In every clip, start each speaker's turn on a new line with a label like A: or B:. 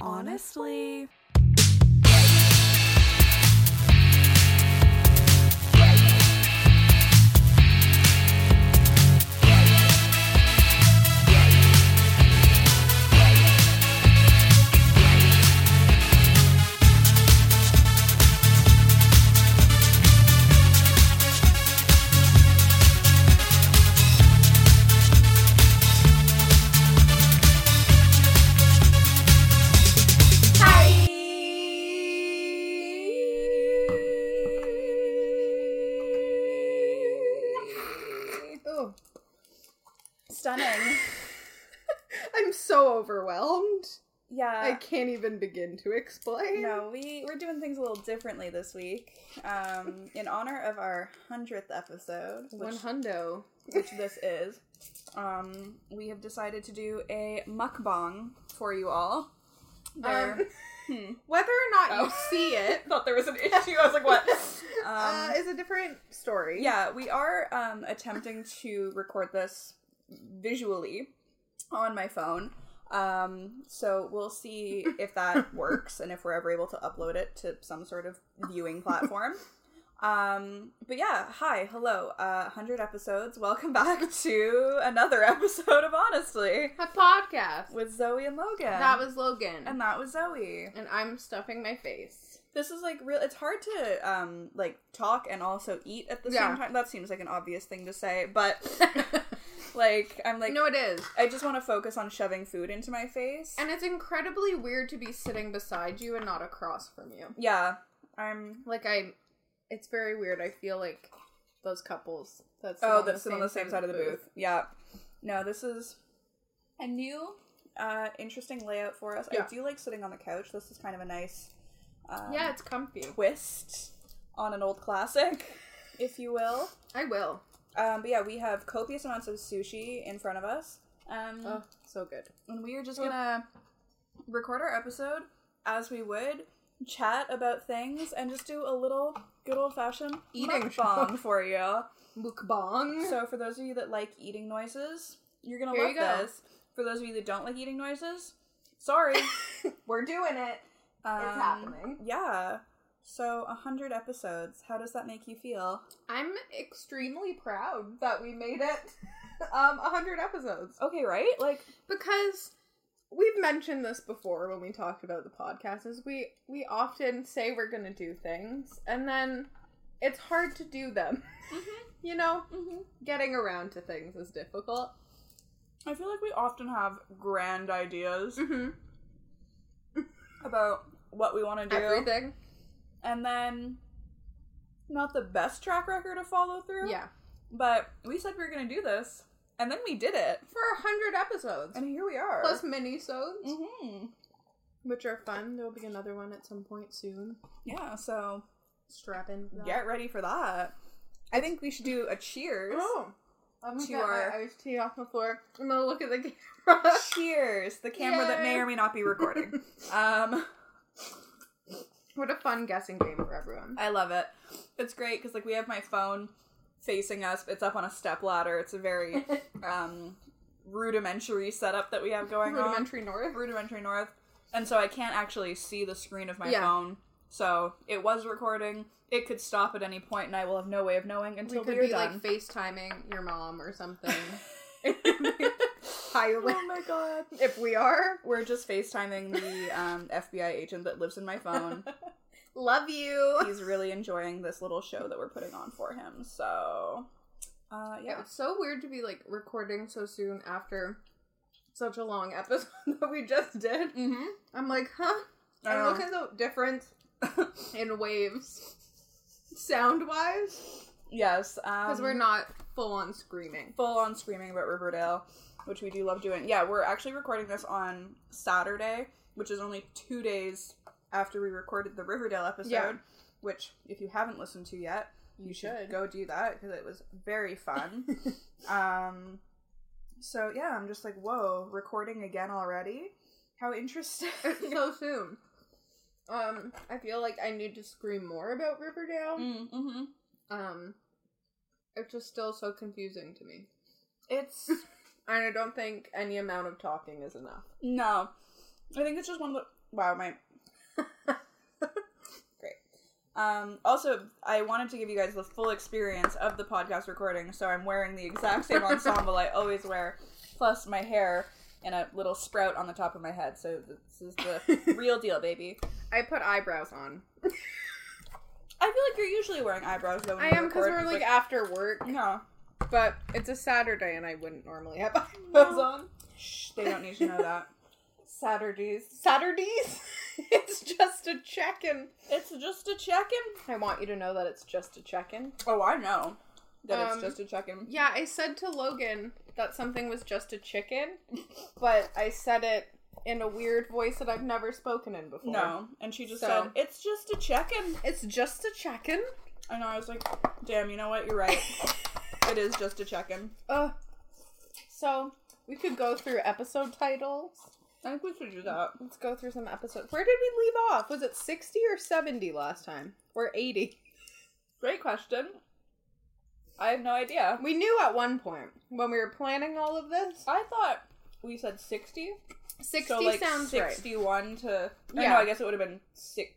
A: honestly.
B: Ooh.
C: Oh.
B: Stunning.
C: I'm so overwhelmed. I
B: Yeah.
C: can't even begin to explain.
B: No, we we're doing things a little differently this week. Um, in honor of our hundredth episode,
C: One
B: which, Um,
C: hundo.
B: which this is, um, we have decided to do a mukbang for you all. There,
C: Um, Whether or not you
B: Oh.
C: see it
B: thought there was an issue. I was like, what? Um,
C: uh, is a different story.
B: Yeah, we are um, attempting to record this visually on my phone. Um, so we'll see if that works and if we're ever able to upload it to some sort of viewing platform. Um, but yeah, hi, hello, uh, 100 episodes. Welcome back to another episode of Honestly
C: A podcast.
B: with Zoe and Logan.
C: That was Logan.
B: and that was Zoe.
C: and I'm stuffing my face.
B: This is like real. It's hard to um like talk and also eat at the
C: Yeah.
B: same time. That seems like an obvious thing to say, but like I'm like
C: no, it is.
B: I just want to focus on shoving food into my face.
C: And it's incredibly weird to be sitting beside you and not across from you.
B: yeah, I'm.
C: Like I, it's very weird. I feel like those couples. That's
B: Oh, that's on the same side of the booth. Yeah. No, this is a new, uh, interesting layout for us.
C: Yeah.
B: I do like sitting on the couch. This is kind of a nice, um,
C: yeah, it's comfy.
B: twist on an old classic, if you will.
C: I will.
B: Um, but yeah, we have copious amounts of sushi in front of us. Um,
C: Oh, so good.
B: and we are just gonna record our episode as we would chat about things and just do a little good old fashioned
C: Eating
B: bomb for you
C: Mukbang.
B: so for those of you that like eating noises you're gonna
C: Here
B: love
C: you go.
B: this for those of you that don't like eating noises sorry
C: we're doing it.
B: um,
C: happening.
B: yeah so a hundred episodes how does that make you feel
C: I'm extremely proud that we made it um 100 episodes
B: okay right like
C: because we've mentioned this before when we talked about the podcast is we we often say we're going to do things and then it's hard to do them. you know, getting around to things is difficult.
B: i feel like we often have grand ideas
C: Mm-hmm.
B: about what we want to do
C: Everything.
B: and then not the best track record to follow through.
C: Yeah.
B: But we said we were going to do this, and then we did it.
C: For a 100 episodes.
B: And here we are.
C: Plus mini-sodes,
B: hmm
C: Mm. which are fun. There'll be another one at some point soon.
B: Yeah, so
C: Strap in. for that.
B: get ready for that. I think we should do a cheers.
C: Oh. I'm gonna
B: To
C: get
B: our-
C: my iced tea off the floor. I'm gonna look at the camera.
B: Cheers, the camera that may
C: Yay.
B: or may not be recording. um,
C: what a fun guessing game for everyone.
B: I love it. It's great because like we have my phone facing us. It's up on a step ladder. It's a very um, rudimentary setup that we have going on.
C: Rudimentary North.
B: rudimentary north and so i can't actually see the screen of my
C: Yeah.
B: phone so it was recording it could stop at any point and i will have no way of knowing
C: We
B: until we
C: could
B: are
C: be
B: done
C: like FaceTiming your mom or something.
B: oh my god
C: if we are,
B: we're just facetiming the um, fbi agent that lives in my phone
C: love you.
B: he's really enjoying this little show that we're putting on for him so uh, yeah
C: It's so weird to be like recording so soon after such a long episode that we just did.
B: mm-hmm.
C: I'm like, huh? And
B: Uh,
C: look at the difference in waves, sound wise,
B: yes
C: because
B: um,
C: we're not full on screaming.
B: full on screaming about Riverdale, which we do love doing. Yeah, we're actually recording this on Saturday, which is only two days after we recorded the Riverdale episode,
C: Yeah.
B: which, if you haven't listened to yet, you,
C: You
B: should.
C: should.
B: go do that because it was very fun. um, so, yeah, I'm just like, whoa, recording again already? How interesting.
C: It's so soon. Um, I feel like I need to scream more about Riverdale.
B: mm-hmm.
C: Um, it's just still so confusing to me,
B: It's.
C: and I don't think any amount of talking is enough.
B: No. I think it's just one of Wow, my great. Um, also, I wanted to give you guys the full experience of the podcast recording, so I'm wearing the exact same ensemble I always wear, plus my hair and a little sprout on the top of my head. So this is the real deal, baby.
C: I put eyebrows on.
B: I feel like you're usually wearing eyebrows though. when
C: I
B: we
C: am because
B: record,
C: we're like after work,
B: no,
C: but it's a Saturday and I wouldn't normally have eyebrows
B: No.
C: on.
B: Shh, they don't need to know that.
C: Saturdays. Saturdays? it's just a check in.
B: It's just a check-in.
C: I want you to know that it's just a check in.
B: Oh, I know that
C: Um,
B: it's just a check-in.
C: Yeah, I said to Logan that something was just a chicken, but I said it in a weird voice that I've never spoken in before.
B: No, and she just
C: So-
B: said it's just a check-in.
C: It's just a check in?
B: And I was like, damn, you know what? You're right. it is just a check in.
C: Ugh. So, we could go through episode titles.
B: I think we should do that.
C: Let's go through some episodes. Where did we leave off? Was it 60 or 70 last time? Or 80?
B: Great question. I have no idea.
C: We knew at one point when we were planning all of this.
B: I thought we said 60.
C: 60
B: so, like,
C: sounds right.
B: 61 to. Yeah.
C: Yeah.
B: No, I guess it would have been six.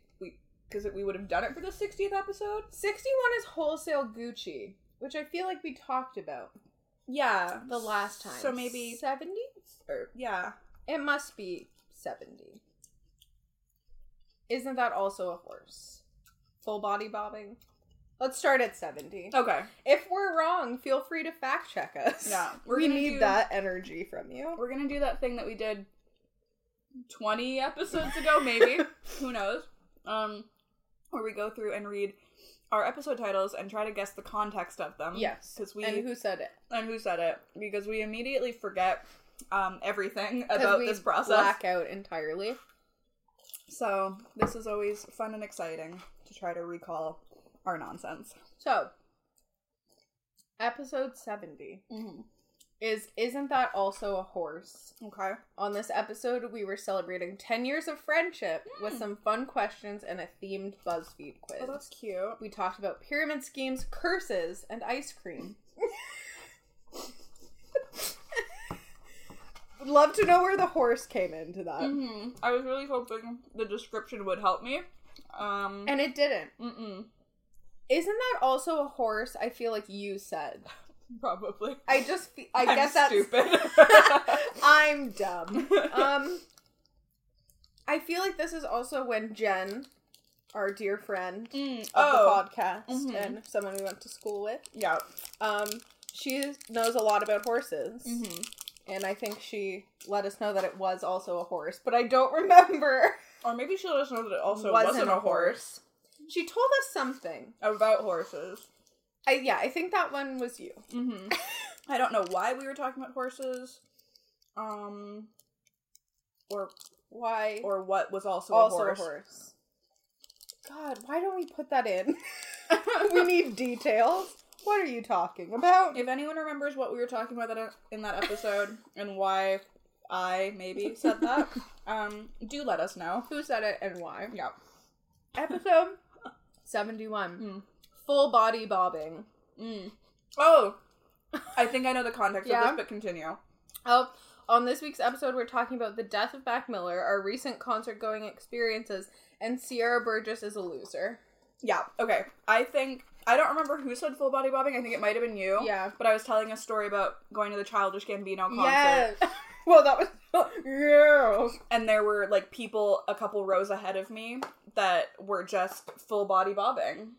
B: Because we would have done it for the 60th episode.
C: 61 is wholesale Gucci, which I feel like we talked about
B: Yeah.
C: the last time.
B: So maybe.
C: 70?
B: Or, yeah.
C: It must be 70. Isn't that also a horse? Full body bobbing? Let's start at 70.
B: Okay.
C: If we're wrong, feel free to fact check us.
B: Yeah, we're
C: we
B: gonna
C: need
B: do-
C: that energy from you.
B: We're going to do that thing that we did 20 episodes ago, maybe. Who knows? Um, where we go through and read our episode titles and try to guess the context of them.
C: Yes.
B: Because we.
C: and who said it?
B: and who said it because we immediately forget um, everything
C: 'Cause
B: about
C: we
B: this process.
C: Black out entirely.
B: So this is always fun and exciting to try to recall our nonsense.
C: So, episode 70 is Isn't That Also a Horse?
B: Okay.
C: On this episode, we were celebrating 10 years of friendship with some fun questions and a themed BuzzFeed quiz.
B: Oh, Hmm. that's cute.
C: We talked about pyramid schemes, curses, and ice cream. Would love to know where the horse came into that.
B: hmm I was really hoping the description would help me. Um.
C: And it didn't.
B: mm-mm,
C: Isn't that also a horse? I feel like you said.
B: probably.
C: I just, fe- I
B: I'm
C: guess that's
B: stupid.
C: I'm dumb. Um, I feel like this is also when Jen, our dear friend of
B: Mm,
C: the
B: oh.
C: podcast
B: Mhm.
C: and someone we went to school with,
B: Yeah.
C: um, she knows a lot about horses.
B: hmm
C: and I think she let us know that it was also a horse, but I don't remember.
B: Or maybe she'll just know that it also wasn't, a horse.
C: She told us something.
B: About horses.
C: I yeah, I think that one was you.
B: hmm I don't know why we were talking about horses, um, or
C: Why?
B: or what was also,
C: also
B: a horse.
C: God, why don't we put that in? we need details. What are you talking about?
B: If anyone remembers what we were talking about that in that episode and why I maybe said that, um, do let us know.
C: Who said it and why?
B: Yeah.
C: Episode seventy-one.
B: Hmm.
C: Full body bobbing.
B: Mm. Oh, I think I know the context of
C: Yeah.
B: this, but continue.
C: Oh, on this week's episode, we're talking about the death of Mac Miller, our recent concert going experiences, and Sierra Burgess is a loser.
B: Yeah. Okay. I think I don't remember who said full body bobbing. I think it might have been you.
C: Yeah.
B: But I was telling a story about going to the Childish Gambino concert.
C: well, that was. yeah.
B: and there were like people a couple rows ahead of me that were just full body bobbing.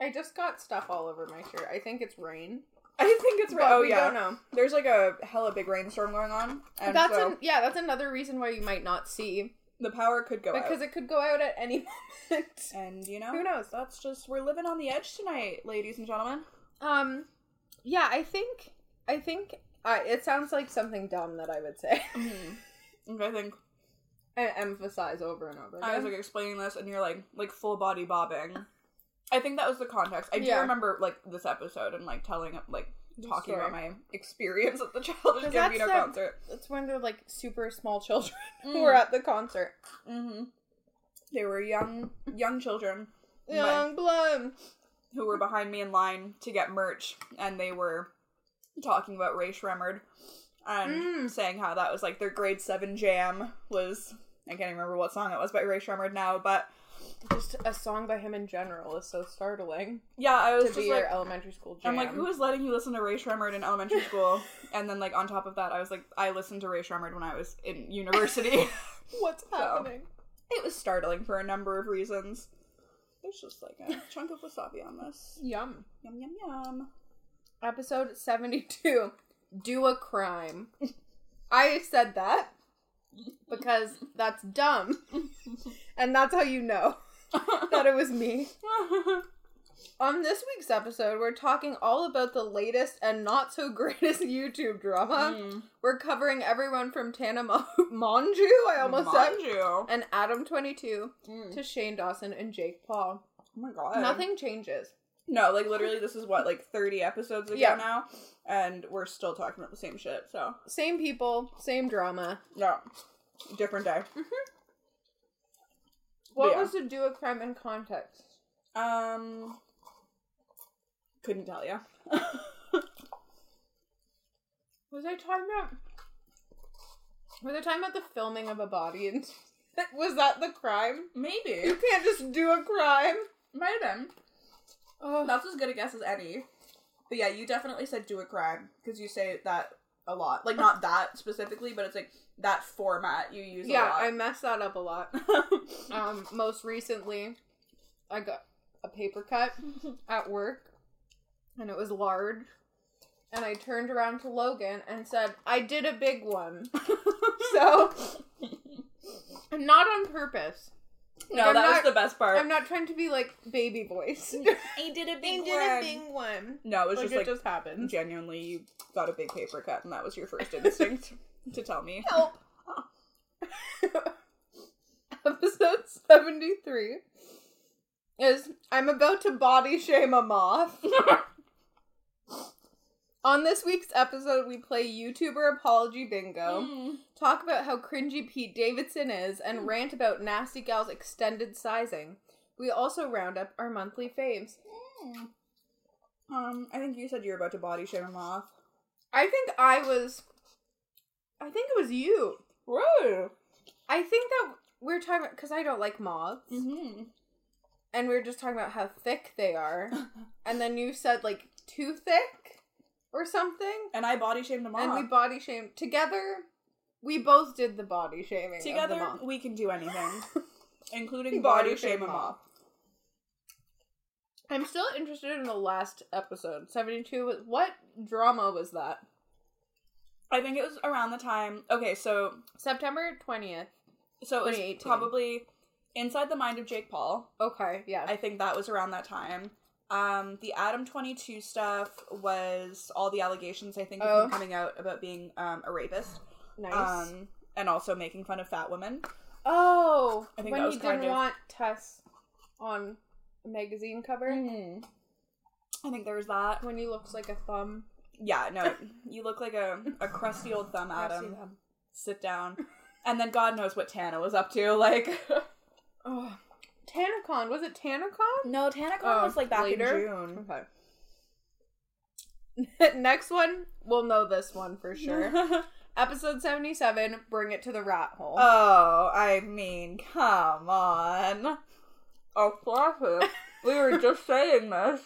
C: I just got stuff all over my shirt. I think it's rain.
B: I think it's right.
C: But
B: Oh
C: we
B: yeah,
C: don't know.
B: there's like a hella big rainstorm going on, and
C: that's
B: so
C: an, yeah. That's another reason why you might not see
B: the power could go
C: because
B: out.
C: it could go out at any moment.
B: And you know,
C: Who knows?
B: That's just we're living on the edge tonight, ladies and gentlemen.
C: Um, yeah. I think. I think. I it sounds like something dumb that I would say. Mm-hmm.
B: And I think
C: I emphasize over and over. Again.
B: I was like explaining this, and you're like like full body bobbing. I think that was the context. I do
C: Yeah.
B: remember like this episode and like telling like talking
C: story.
B: about my experience at the Childish
C: 'Cause that's
B: Gambino
C: the-
B: concert.
C: That's when they're like super small children who
B: Mm.
C: are at the concert.
B: Mm-hmm. They were young, young children But-
C: Young blood.
B: who were behind me in line to get merch, and they were talking about Ray Shremmerd and
C: Mm.
B: saying how that was like their grade seven jam was I can't even remember what song it was by Ray Shremmerd now, but
C: Just a song by him in general is so startling
B: yeah, I was
C: to
B: just
C: be
B: like,
C: your elementary school jam.
B: I'm like, who is letting you listen to Ray Shremmerd in elementary school? and then like on top of that, I was like, I listened to Ray Shremmerd when I was in university.
C: What's happening?
B: happening? it was startling for a number of reasons. There's just like a chunk of wasabi on this.
C: Yum.
B: Yum yum yum.
C: Episode 72 Do a crime. I said that because that's dumb. And that's how you know that it was me. Mm. On this week's episode, we're talking all about the latest and not so greatest YouTube drama.
B: Mm.
C: We're covering everyone from Tana Mo- Monju, I almost
B: Mind
C: said,
B: you.
C: and Adam22
B: Mm.
C: to Shane Dawson and Jake Paul.
B: Oh my god.
C: Nothing changes.
B: No, like literally, this is what like 30 episodes ago
C: Yeah.
B: now, and we're still talking about the same shit. So
C: Same people, same drama.
B: no, different day.
C: What
B: Yeah.
C: was to do a crime in context? Mm.
B: Um, couldn't tell you.
C: Was I talking about? Were they talking about the filming of a body? And was that the crime? You
B: Maybe
C: can't just do a crime.
B: might have been.
C: Oh,
B: That's as good a guess as any. But yeah, you definitely said do a crime because you say that a lot. Like not that specifically, but it's like that format you use.
C: yeah,
B: a
C: I
B: lot.
C: messed that up a lot. um, most recently, I got a paper cut at work, and it was large. And I turned around to Logan and said, "I did a big one." so, not on purpose.
B: no,
C: I'm
B: that was
C: not-
B: the best part.
C: I'm not trying to be like baby voice.
B: I did a
C: one.
B: No, it was
C: Like,
B: just
C: it
B: like
C: just happened.
B: genuinely you got a big paper cut and that was your first instinct to tell me.
C: Help. Episode 73 is I'm about to body shame a moth. On this week's episode, we play YouTuber Apology Bingo,
B: Hmm.
C: talk about how cringy Pete Davidson is, and rant about Nasty Gal's extended sizing. We also round up our monthly faves.
B: Um, I think you said you were about to body shame a moth.
C: I think I was. I think it was you.
B: Whoa.
C: I think that we're talking about because I don't like moths,
B: Mm-hmm.
C: and we were just talking about how thick they are, and then you said like too thick or something,
B: And I body shamed a moth.
C: and we body shamed together. We both did the body shaming together.
B: Together, we can do anything, including
C: Body
B: body shame
C: shame
B: a moth.
C: I'm still interested in the last episode, seventy two. What drama was that?
B: I think it was around the time. Okay, so
C: September twentieth.
B: so it was
C: 2018.
B: probably inside the mind of Jake Paul.
C: Okay, yeah.
B: I think that was around that time. Um, the Adam Twenty Two stuff was all the allegations I think of
C: Oh.
B: him coming out about being um, a rapist,
C: nice.
B: um, and also making fun of fat women.
C: Oh,
B: I think
C: when
B: that was
C: you
B: kind
C: didn't
B: of-
C: want Tess on a magazine cover,
B: Mm. I think there was that.
C: when you looked like a thumb.
B: Yeah, no, you look like a, a crusty old thumb,
C: I see
B: Adam.
C: them.
B: Sit down. And then God knows what Tana was up to. Like,
C: Ugh. TanaCon was it TanaCon?
B: no, TanaCon
C: Oh,
B: was like back
C: later?
B: in June.
C: Okay. Next one, we'll know this one for sure. Episode seventy-seven. Bring it to the rat hole.
B: oh, I mean, come on. Oh, Fluffy, we were just saying this.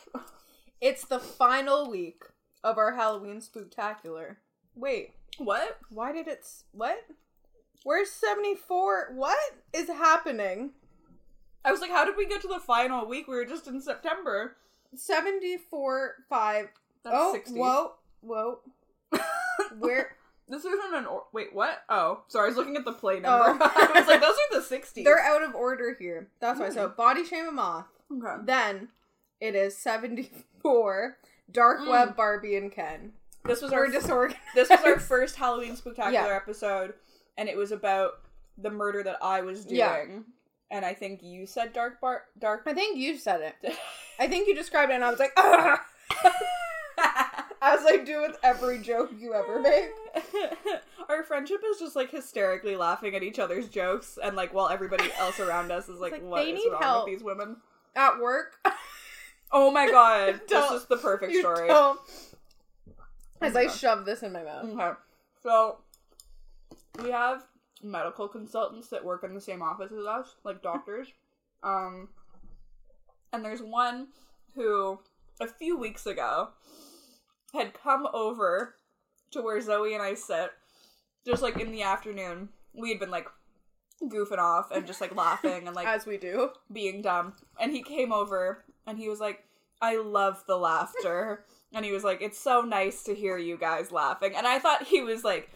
C: it's the final week of our Halloween spooktacular. Wait,
B: What?
C: why did it? s- What? Where's seventy-four? What is happening?
B: I was like, how did we get to the final week? We were just in September.
C: Seventy-four five
B: That's
C: oh,
B: 60.
C: whoa, whoa. Where
B: This isn't an or- wait. What? Oh, sorry. I was looking at the play
C: Oh.
B: number. I was like, those are the sixties.
C: they're out of order here. That's why. So body shame a moth.
B: Okay.
C: Then it is seventy four. Dark
B: Mm.
C: web Barbie and Ken.
B: This was our
C: We're disorganized.
B: this was our first Halloween spectacular
C: Yeah.
B: episode, and it was about the murder that I was doing.
C: Yeah.
B: And I think you said dark bar dark.
C: I think you said it. I think you described it, and I was like, Ugh! as I do with every joke you ever make.
B: Our friendship is just like hysterically laughing at each other's jokes, and like while everybody else around us is like,
C: like,
B: what is
C: they need
B: wrong
C: help.
B: with these women?"
C: At work,
B: Oh my god, this
C: Don't-
B: is the perfect
C: you
B: story.
C: don't- As
B: my
C: I
B: God. Mm,
C: shove this in my mouth.
B: Okay, so we have medical consultants that work in the same office as us, like doctors. Um, and there's one who, a few weeks ago, had come over to where Zoe and I sit, just like in the afternoon. We had been like goofing off and just like laughing and like
C: as we do.
B: being dumb. And he came over and he was like, I love the laughter. and he was like, It's so nice to hear you guys laughing. And I thought he was like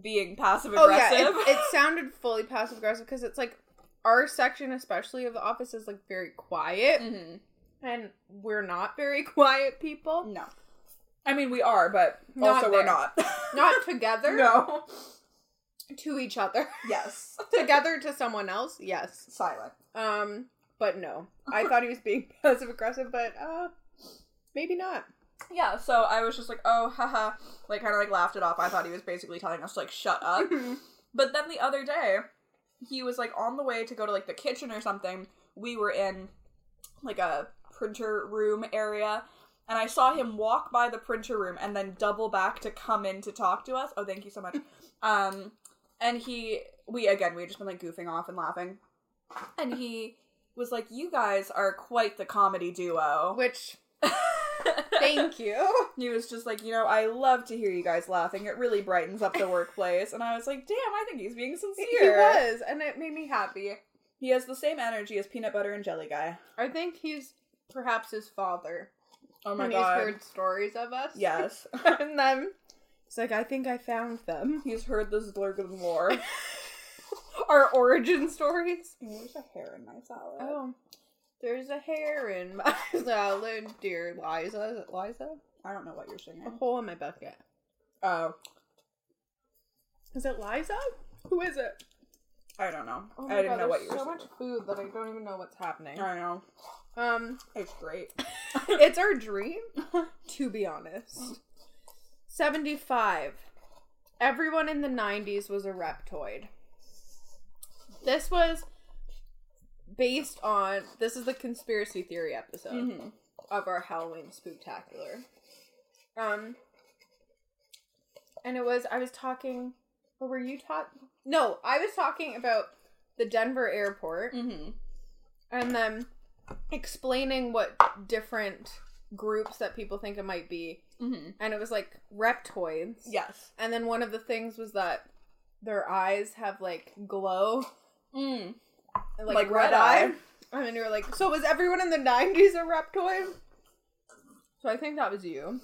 B: being passive
C: Oh
B: aggressive.
C: yeah, it, it sounded fully passive aggressive because it's like our section, especially of the office, is like very quiet,
B: Mhm.
C: and we're not very quiet people.
B: No. I mean, we are, but
C: Not
B: also
C: there.
B: we're not.
C: Not together.
B: no.
C: To each other.
B: Yes.
C: together to someone else. Yes.
B: Silent.
C: Um. But no, I thought he was being passive aggressive, but uh, maybe not.
B: Yeah, so I was just like, oh, haha. Like, kind of like laughed it off. I thought he was basically telling us, to, like, shut up. But then the other day, he was like on the way to go to like the kitchen or something. We were in like a printer room area, and I saw him walk by the printer room and then double back to come in to talk to us. Oh, thank you so much. Um, and he, we again, we had just been like goofing off and laughing, and he was like, "You guys are quite the comedy duo."
C: Which, thank you.
B: He was just like, you know, I love to hear you guys laughing. It really brightens up the workplace. And I was like, damn, I think he's being sincere.
C: He was, and it made me happy.
B: He has the same energy as Peanut Butter and Jelly Guy.
C: I think he's perhaps his father.
B: Oh
C: and he's heard stories of us.
B: Yes.
C: and then he's like, I think I found them.
B: he's heard the Zlurgan lore.
C: Our origin stories.
B: There's a hair in my salad.
C: Oh, there's a hair in my salad, dear Liza. Is it Liza?
B: I don't know what you're
C: A
B: singing.
C: hole in my bucket.
B: Oh,
C: Is it Liza? Who is it?
B: I don't know.
C: Oh my
B: I didn't
C: God,
B: know what you
C: there's
B: were
C: so
B: singing.
C: much food that I don't even know what's happening.
B: I know.
C: Um,
B: It's great.
C: it's our dream, to be honest. 75. Everyone in the 90s was a reptoid. This was based on this is the conspiracy theory episode
B: Mhm.
C: of our Halloween spooktacular. Um and it was I was talking what were you talking? No, I was talking about the Denver airport
B: Mm-hmm.
C: and then explaining what different groups that people think it might be.
B: Mm-hmm.
C: And it was like reptoids.
B: Yes.
C: And then one of the things was that their eyes have like glow,
B: Mm.
C: and, like,
B: Like
C: red,
B: red
C: eye.
B: eye.
C: And then you were like, so was everyone in the 90s a reptoid? So I think that was you.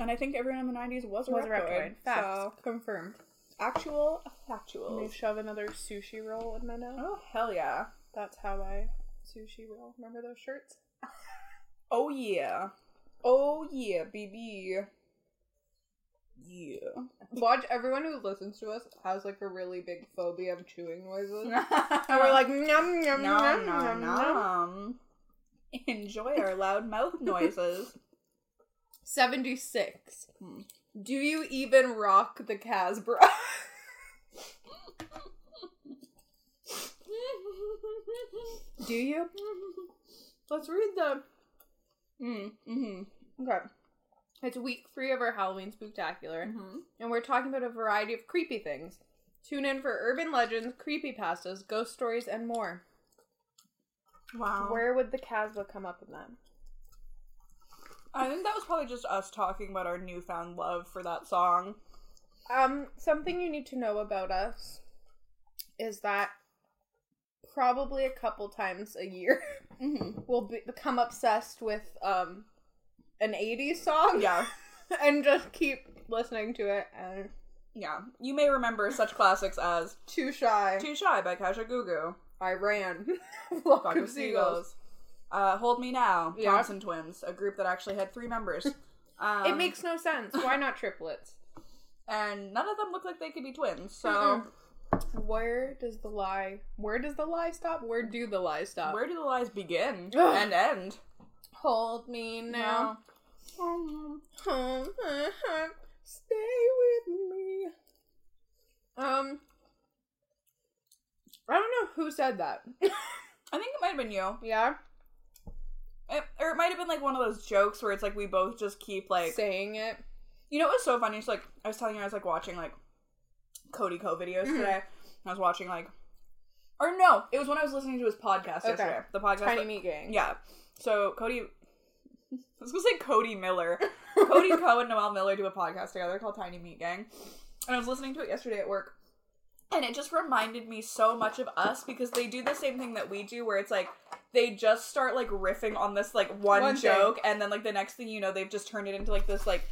B: And I think everyone in the 90s was a
C: Was a
B: reptoid.
C: reptoid. Facts.
B: So,
C: Confirmed.
B: actual
C: Let me
B: factuals.
C: shove another sushi roll in my mouth.
B: Oh, hell yeah.
C: That's how I sushi roll. Remember those shirts?
B: Oh yeah. Oh yeah, baby. Yeah.
C: Watch everyone who listens to us has like a really big phobia of chewing noises.
B: and
C: And we're like, nom,
B: nom
C: nom,
B: nom
C: nom, nom, nom.
B: nom. Enjoy our loud mouth noises.
C: 76.
B: Hmm.
C: Do you even rock the Casbah? Do you? Let's read them.
B: mm, mm-hmm.
C: Okay. It's week three of our Halloween spooktacular,
B: Mm-hmm.
C: and we're talking about a variety of creepy things. Tune in for urban legends, creepypastas, ghost stories, and more.
B: Wow.
C: Where would the Casbah come up in that?
B: I think that was probably just us talking about our newfound love for that song.
C: Um, something you need to know about us is that probably a couple times a year
B: Mm-hmm.
C: we'll be- become obsessed with um an 80s song
B: Oh, Yeah.
C: and just keep listening to it and
B: Yeah. You may remember such classics as
C: too shy
B: Too Shy by Kasha Gugu.
C: i ran flock
B: Flock of Seagulls. Uh, Hold Me Now,
C: Yeah.
B: Thompson Twins, a group that actually had three members. Um,
C: it makes no sense why not triplets
B: and none of them look like they could be twins. So
C: Mm-mm. where does the lie where does the lie stop where do the lies stop
B: where do the lies begin
C: Ugh.
B: and end?
C: hold me now
B: No.
C: Hold my hand. stay with me um i don't know who said that
B: I think it might have been you,
C: yeah
B: it, or it might have been like one of those jokes where it's like we both just keep like
C: saying it
B: you know it was so funny. It's like I was telling you I was like watching like Cody Co videos
C: Mhm.
B: today, I was watching like, or no, it was when I was listening to his podcast
C: Okay.
B: yesterday. The podcast,
C: Tiny
B: that-
C: Meat Gang.
B: yeah. So Cody, I was gonna say Cody Miller, Cody Coe and Noel Miller do a podcast together called Tiny Meat Gang, and I was listening to it yesterday at work, and it just reminded me so much of us because they do the same thing that we do, where it's like they just start like riffing on this like one,
C: One thing.
B: joke, and then like the next thing you know, they've just turned it into like this like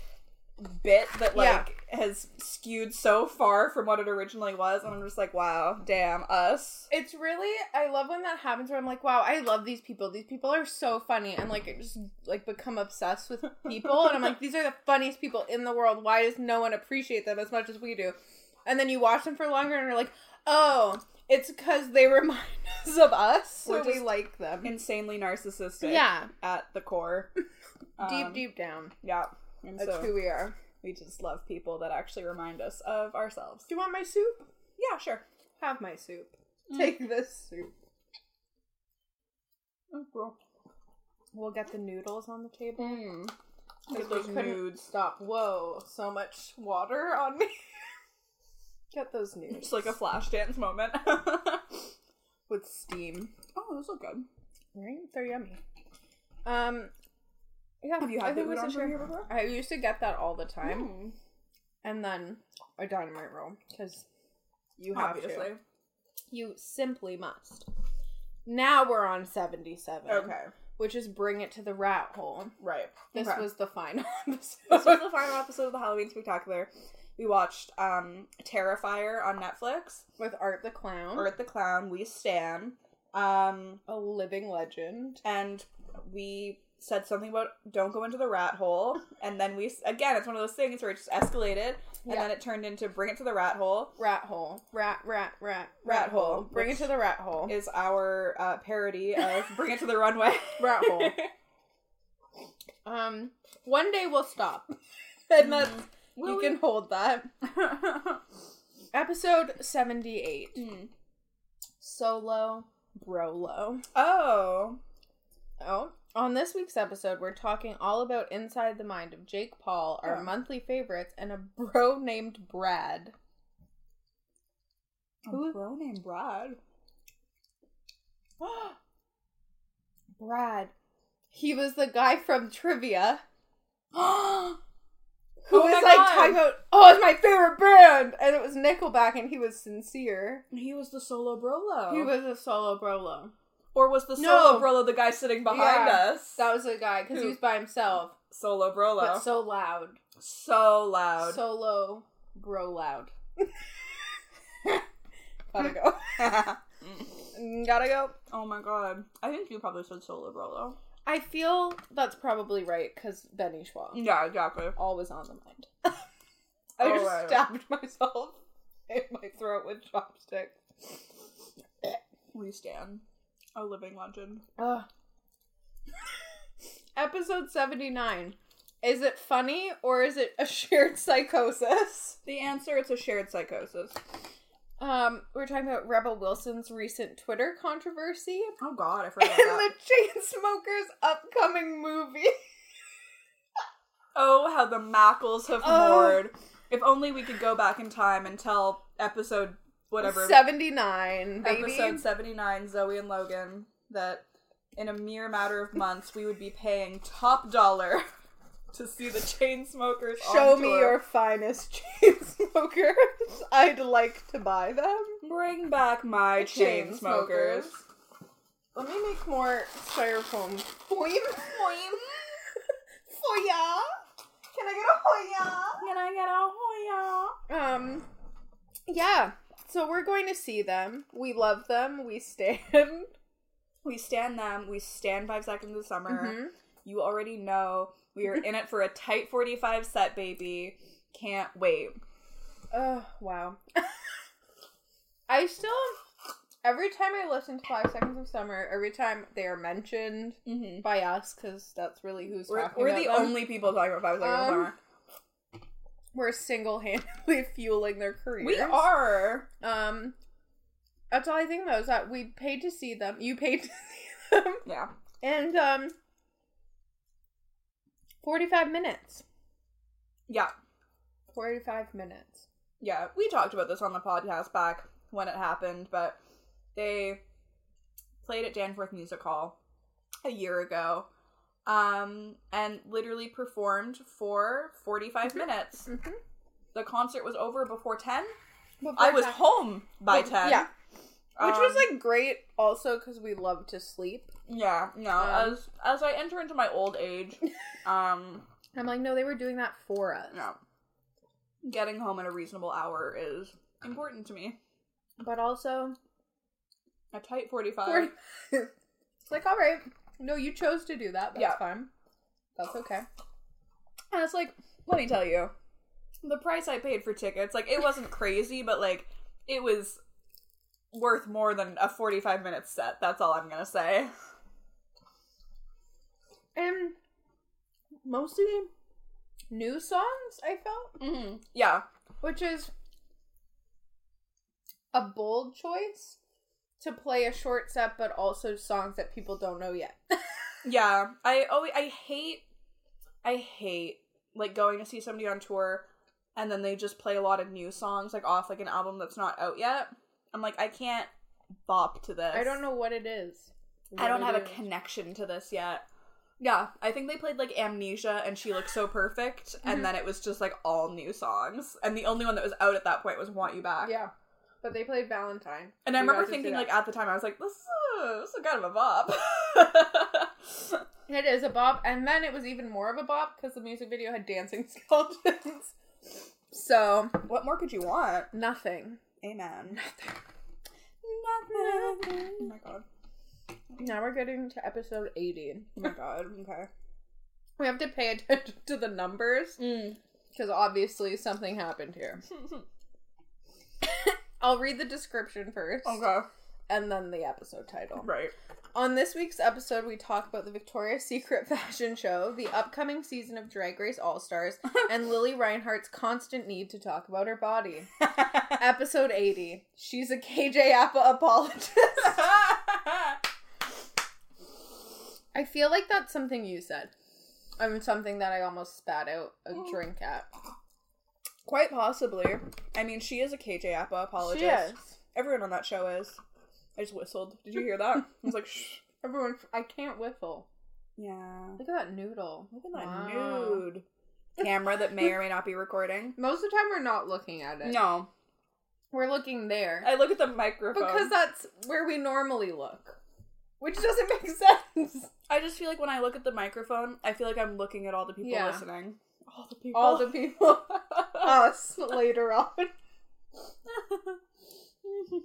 B: bit that
C: Yeah.
B: like has skewed so far from what it originally was and i'm just like wow damn us
C: It's really I love when that happens where I'm like, wow, I love these people. These people are so funny and like I just like become obsessed with people and I'm like, these are the funniest people in the world. Why does no one appreciate them as much as we do? And then you watch them for longer and you're like, oh, it's because they remind us of us, so
B: We're
C: we
B: just
C: like them.
B: insanely narcissistic
C: Yeah,
B: at the core Um,
C: deep, deep down,
B: Yeah. And
C: that's
B: so
C: who we are.
B: we just love people that actually remind us of ourselves.
C: Do you want my soup?
B: Yeah, sure.
C: Have my soup.
B: Mm.
C: Take this soup.
B: Oh, cool.
C: We'll get the noodles on the table.
B: Mm.
C: Because
B: Get
C: we
B: those
C: couldn't
B: nudes.
C: Stop. Whoa, so much water on me. Get those nudes.
B: It's like a flash dance moment. oh,
C: with steam.
B: those look good.
C: Right? They're yummy. Um yeah,
B: Have you had
C: I
B: the
C: think we
B: udon
C: should
B: from
C: try-
B: here before?
C: I used to get that all the time.
B: Hmm.
C: And then a dynamite roll. Because you have to.
B: Obviously.
C: You simply must. Now we're on 77.
B: Okay.
C: Which is Bring It to the Rat Hole.
B: Right.
C: This
B: Okay.
C: was the final episode.
B: this was the final episode of the Halloween Spectacular. We watched um Terrifier on Netflix.
C: with Art the Clown.
B: Earth the Clown, We Stan. Um
C: a living legend.
B: and we said something about don't go into the rat hole and then we again it's one of those things where it just escalated and
C: Yeah.
B: then it turned into bring it to the rat hole
C: Rat hole. Rat, rat, rat.
B: Rat hole,
C: Bring it
B: which
C: to the rat hole.
B: is our uh, parody of bring it to the runway
C: rat hole. Um, one day we'll stop. and that's,
B: Mm.
C: you can hold that. Episode 78.
B: Hmm.
C: Solo Brolo.
B: oh
C: Oh. On this week's episode, we're talking all about Inside the Mind of Jake Paul, our
B: Yeah.
C: monthly favorites, and a bro named Brad. Who-
B: a bro named brad
C: Brad. He was the guy from Trivia.
B: oh
C: who was
B: my
C: like
B: God.
C: talking about, oh, it's my favorite band, and it was Nickelback, and he was sincere.
B: he was the solo brolo
C: He was a solo brolo.
B: or was the
C: No.
B: solo brolo the guy sitting behind
C: Yeah.
B: us
C: That was the guy because he
B: Who?
C: was by himself,
B: solo brolo
C: but so loud,
B: so loud
C: solo bro loud. Gotta go.
B: Mm.
C: Gotta go.
B: oh my god i think you probably said solo brolo
C: I feel that's probably right because Benny Schwab
B: yeah exactly
C: always on the mind. I
B: Oh,
C: just
B: right.
C: stabbed myself in my throat with chopsticks.
B: We stand. A living legend.
C: Ugh. Episode 79. Is it funny or is it a shared psychosis?
B: The answer it's a shared psychosis.
C: Um, we're talking about Rebel Wilson's recent Twitter controversy
B: Oh god, I
C: and
B: forgot
C: the Chainsmokers' upcoming movie.
B: Oh, how the Mackles have
C: Oh.
B: moored. If only we could go back in time and tell episode whatever
C: 79, baby.
B: episode 79 Zoe and Logan that in a mere matter of months we would be paying top dollar to see the chain smokers
C: Show me your finest Chainsmokers. I'd like to buy them.
B: bring back my chain smokers.
C: Chainsmokers. Let me make more styrofoam foil. Foil. Foya.
B: Can
C: Can I
B: I get a
C: get a hoya? Um, yeah. So we're going to see them. We love them. We
B: Uh-huh.
C: stand.
B: We stand them. We stand five seconds of summer.
C: Mhm.
B: You already know we are in it for a tight 45 set, baby. Can't wait.
C: Oh wow. I still, every time I listen to Five Seconds of Summer, every time they are mentioned
B: Mm-hmm.
C: by us, because that's really who's
B: We're,
C: talking
B: we're
C: about
B: the
C: them,
B: only people talking about Five Seconds
C: Um,
B: of Summer.
C: We're single-handedly fueling their careers.
B: We are.
C: Um, that's all I think though is that we paid to see them. You paid to see them,
B: Yeah.
C: and um, forty-five minutes.
B: Yeah.
C: Forty-five minutes.
B: Yeah. We talked about this on the podcast back when it happened, but they played at Danforth Music Hall a year ago um, and literally performed for 45 minutes.
C: Mhm.
B: The concert was over before 10.
C: Before
B: I was
C: time-
B: home by
C: Bef-
B: 10.
C: Yeah, which was
B: Um,
C: like great also because we love to sleep.
B: Yeah, no.
C: Um,
B: as as I enter into my old age, um,
C: I'm like, no, they were doing that for us.
B: no. Getting home at a reasonable hour is important to me.
C: But also,
B: A tight forty-five.
C: forty- it's like, all right, no, you chose to do that. That's
B: Yeah.
C: fine. That's okay.
B: And it's like, let me tell you, the price I paid for tickets, like it wasn't crazy, but like it was worth more than a forty-five minute set. That's all I'm gonna say.
C: And mostly new songs, I felt,
B: Mm-hmm. Yeah,
C: which is a bold choice to play a short set, but also songs that people don't know yet.
B: yeah. I always I hate, I hate like going to see somebody on tour, and then they just play a lot of new songs like off like an album that's not out yet. I'm like, I can't bop to this.
C: I don't know what it is.
B: I don't
C: What
B: have a
C: it is.
B: connection to this yet. Yeah, I think they played like Amnesia and She Looks So Perfect,
C: Mhm.
B: and then it was just like all new songs. And the only one that was out at that point was Want You Back.
C: Yeah, but they played Valentine.
B: And I
C: We
B: remember
C: got to see
B: thinking,
C: that.
B: like, at the time, I was like, this is, a, this is kind of a bop.
C: It is a bop, and then it was even more of a bop because the music video had dancing skeletons. so
B: what more could you want?
C: nothing.
B: Amen.
C: Nothing.
B: Nothing. Oh my god.
C: Now we're getting to episode eighty.
B: Oh my god. Okay.
C: We have to pay attention to the numbers because obviously something happened here. I'll read the description first,
B: okay.
C: and then the episode title.
B: Right.
C: On this week's episode, we talk about the Victoria's Secret fashion show, the upcoming season of Drag Race All Stars, and Lily Reinhardt's constant need to talk about her body. Episode 80. She's a KJ Appa apologist. I feel like that's something you said. I mean, something that I almost spat out a
B: Mm.
C: drink at.
B: Quite possibly. I mean, she is a KJ Appa apologist. Everyone on that show is. I just whistled. Did you hear that? I was like, shh.
C: Everyone, I can't whiffle.
B: Yeah.
C: Look at that noodle.
B: Look at that
C: Wow.
B: nude camera that may or may not be recording.
C: Most of the time, we're not looking at it.
B: No.
C: We're looking there.
B: I look at the microphone.
C: Because that's where we normally look. Which doesn't make sense.
B: I just feel like when I look at the microphone, I feel like I'm looking at all the people
C: Yeah.
B: listening. All the people.
C: All the people. Us later on.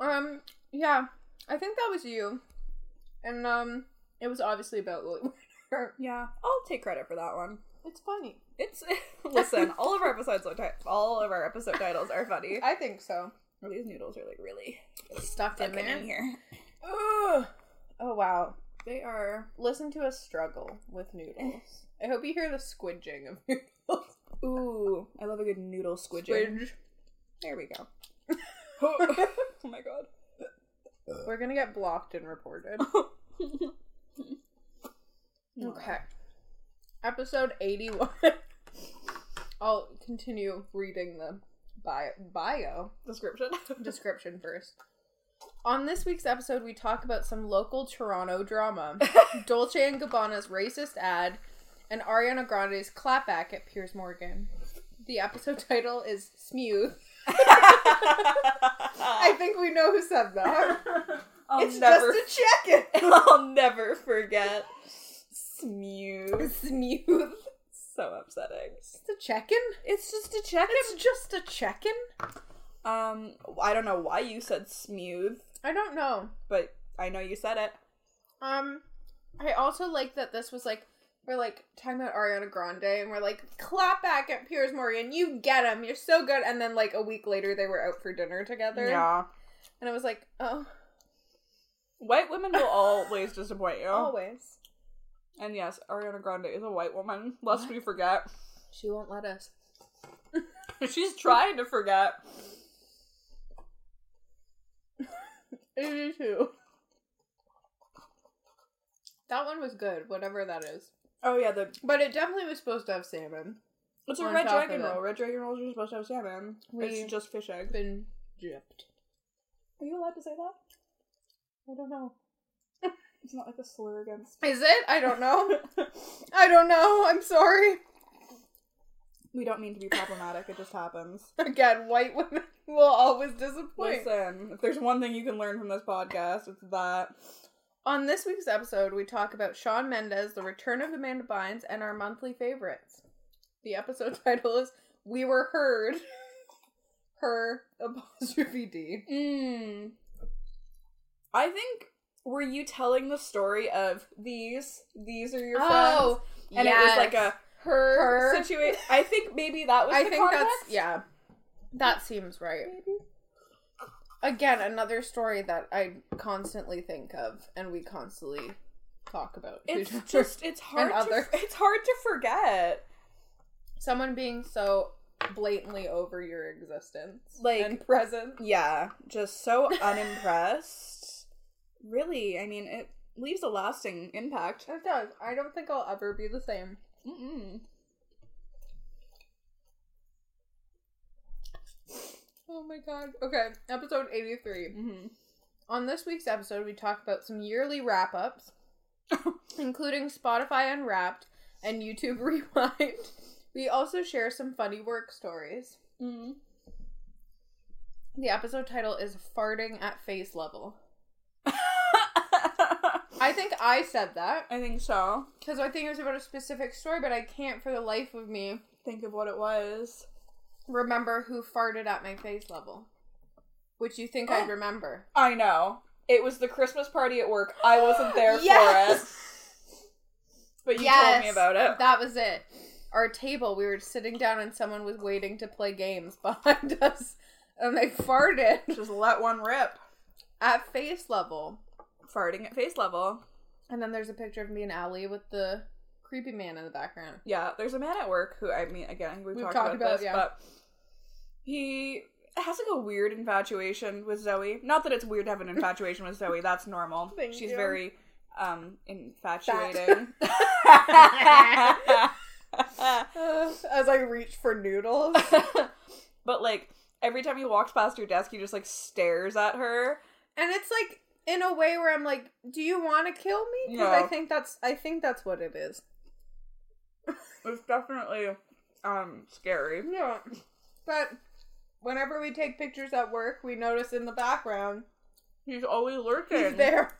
C: Um, yeah. I think that was you. And um it was obviously about Lily Weiner.
B: yeah, I'll take credit for that one.
C: It's funny.
B: It's listen, all of our episodes, are ti- all of our episode titles are funny.
C: I think so.
B: These noodles are like really
C: Stuck in
B: fucking
C: there.
B: in here.
C: Ugh. Oh wow.
B: They are.
C: Listen to us struggle with noodles. I hope you hear the squidging of noodles.
B: Ooh, I love a good noodle squidging. There we go. oh my god.
C: We're gonna get blocked and reported. Okay. Episode 81. I'll continue reading the bio, bio
B: Description.
C: description first. On this week's episode, we talk about some local Toronto drama Dolce and Gabbana's racist ad, and Ariana Grande's clapback at Piers Morgan. The episode title is Smooth. I think we know who said that.
B: I'll
C: it's
B: never,
C: just a check in.
B: I'll never forget. Smooth.
C: Smooth.
B: So upsetting.
C: It's a check in?
B: It's just a check
C: It's just a check in?
B: Um, I don't know why you said smooth,
C: I don't know.
B: but I know you said it.
C: Um, I also like that this was like we're like talking about Ariana Grande and we're like clap back at Piers Morgan, you get him, you're so good. And then like a week later, they were out for dinner together. and I was like, oh,
B: White women will always disappoint you.
C: always.
B: And yes, Ariana Grande is a white woman, lest
C: What?
B: we forget.
C: She won't let us.
B: She's trying to forget.
C: Eighty-two. That one was good, whatever that is.
B: Oh yeah, the
C: But it definitely was supposed to have salmon.
B: it's a
C: On
B: red
C: top of
B: dragon
C: it.
B: roll. Red dragon rolls are supposed to have salmon.
C: We-
B: It's just fish egg.
C: Been gypped.
B: Are you allowed to say that? I don't know. it's not like a slur against.
C: Is it? I don't know. I don't know. I'm sorry.
B: We don't mean to be problematic. It just happens.
C: Again, white women will always disappoint.
B: Listen, if there's one thing you can learn from this podcast, it's that.
C: On this week's episode, we talk about Sean Mendes, the return of Amanda Bynes, and our monthly favorites. The episode title is We Were Heard. Her apostrophe D.
B: Mm. I think. Were you telling the story of these? These are your friends, and it was like a
C: Oh, her,
B: Oh, her situation. I think maybe that was.
C: I
B: the
C: think
B: context?
C: that's yeah. That seems right.
B: Maybe.
C: Again, another story that I constantly think of and we constantly talk about. to each other.
B: It's just it's hard. To,
C: other.
B: It's hard to forget.
C: someone being so blatantly over your existence
B: Like-
C: and presence.
B: Yeah, just so unimpressed. really, I mean, it leaves a lasting impact. Mm-hmm.
C: It does. I don't think I'll ever be the same.
B: Mm-mm.
C: Oh my god. Okay, episode 83.
B: Mm-hmm.
C: On this week's episode, we talk about some yearly wrap ups, including Spotify Unwrapped and YouTube Rewind. We also share some funny work stories.
B: Mm-hmm.
C: The episode title is Farting at Face Level. I think I said that
B: I think so.
C: because I think it was about a specific story, but I can't for the life of me
B: Think of what it was.
C: remember who farted at my face level. Which you think I'd remember.
B: I know. It was the Christmas party at work. I wasn't there for it, but you told me
C: Yes,
B: about it.
C: That was it. Our table, we were sitting down and someone was waiting to play games behind us. And they farted
B: Just let one rip.
C: at face level.
B: Farting at face level.
C: And then there's a picture of me and Allie with the creepy man in the background.
B: Yeah, there's a man at work who I mean again we've, talked, about, this,
C: yeah.
B: but he has like a weird infatuation with Zoe. Not that it's weird to have an infatuation with Zoe. That's normal.
C: Thank
B: She's
C: you.
B: very um infatuating.
C: As I reach for noodles.
B: but like every time he walks past your desk, he just like stares at her.
C: and it's like in a way where I'm like, do you want to kill me? Because I
B: No.
C: think that's I think that's what it is.
B: It's definitely um scary.
C: Yeah. But whenever we take pictures at work, we notice in the background
B: He's always lurking.
C: he's there.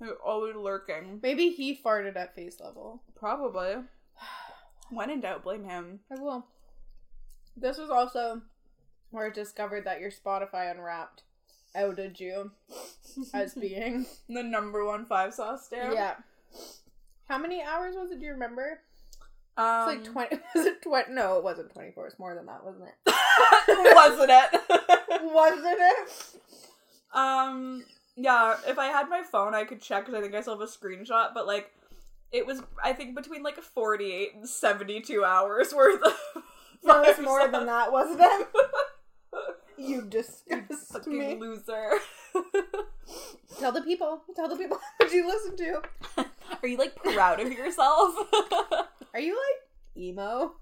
B: He's always lurking.
C: Maybe he farted at face level.
B: Probably. When in doubt, blame him.
C: I will. This was also where I discovered that your Spotify unwrapped outed you as being.
B: The number one five sauce stamp.
C: yeah. How many hours was it? Do you remember?
B: Um,
C: It's like 20. Was it 20? No, it wasn't 24. It's more than that, wasn't it?
B: wasn't it?
C: wasn't it?
B: um, yeah. If I had my phone, I could check because I think I still have a screenshot. But like, it was I think between like forty-eight and seventy-two hours worth. Of
C: No, it's
B: five
C: more
B: sauce.
C: than that, wasn't it? You disgust
B: Fucking
C: me.
B: loser.
C: Tell the people. Tell the people what you listen to.
B: Are you like proud of yourself?
C: Are you like emo?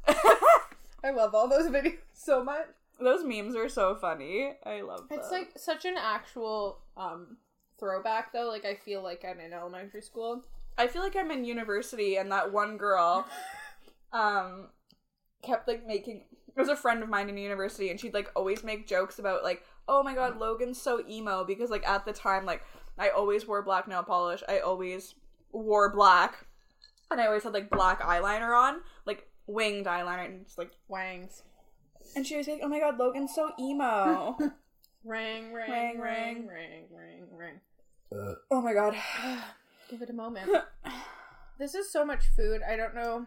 C: I love all those videos so much.
B: Those memes are so funny. I love them.
C: It's like such an actual um throwback though. Like I feel like I'm in elementary school.
B: I feel like I'm in university and that one girl um kept like making it was a friend of mine in university and she'd like always make jokes about like oh my god Logan's so emo because like at the time like I always wore black nail polish I always wore black and I always had like black eyeliner on like winged eyeliner and just like
C: Wangs.
B: and she was like oh my god Logan's so emo
C: Ring, ring,
B: Ring,
C: ring, ring,
B: ring.
C: ring, ring,
B: oh my god
C: Give it a moment. this is so much food. I don't know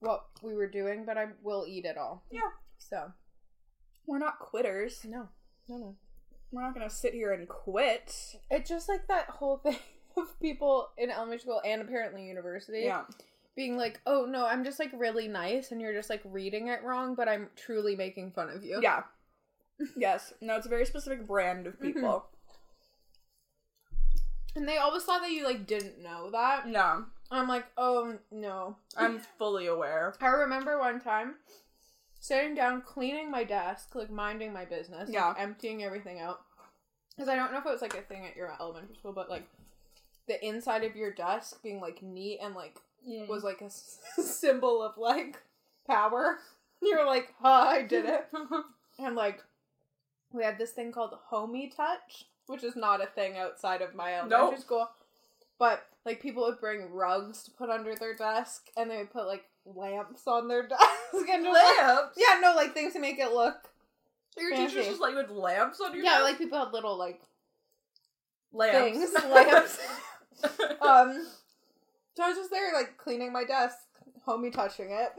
C: what we were doing, but I will eat it all.
B: Yeah.
C: So
B: we're not quitters
C: no, no, no.
B: we're not gonna sit here and quit
C: It's just like that whole thing of people in elementary school and apparently university.
B: yeah
C: being like, oh no, I'm just like really nice, and you're just like reading it wrong, but I'm truly making fun of you.
B: Yeah. yes. No, it's a very specific brand of people.
C: And they always thought that you like didn't know that.
B: No,
C: I'm like, oh no.
B: I'm fully aware.
C: I remember one time sitting down, cleaning my desk, like minding my business, like,
B: Yeah.
C: emptying everything out. because I don't know if it was like a thing at your elementary school, but like the inside of your desk being like neat and like
B: Yeah.
C: was like a s- symbol of like power. You're like, huh, I did it. and like, we had this thing called homie touch, which is not a thing outside of my elementary
B: Nope.
C: school. But like, people would bring rugs to put under their desk, and they would put like lamps on their desk. and just, like-
B: lamps.
C: yeah, no, like things to make it look.
B: Your
C: Fancy.
B: teachers just let you with lamps on your
C: Yeah,
B: desk?
C: like people had little like
B: lamps.
C: things, lamps. um, so I was just there like cleaning my desk, homie touching it.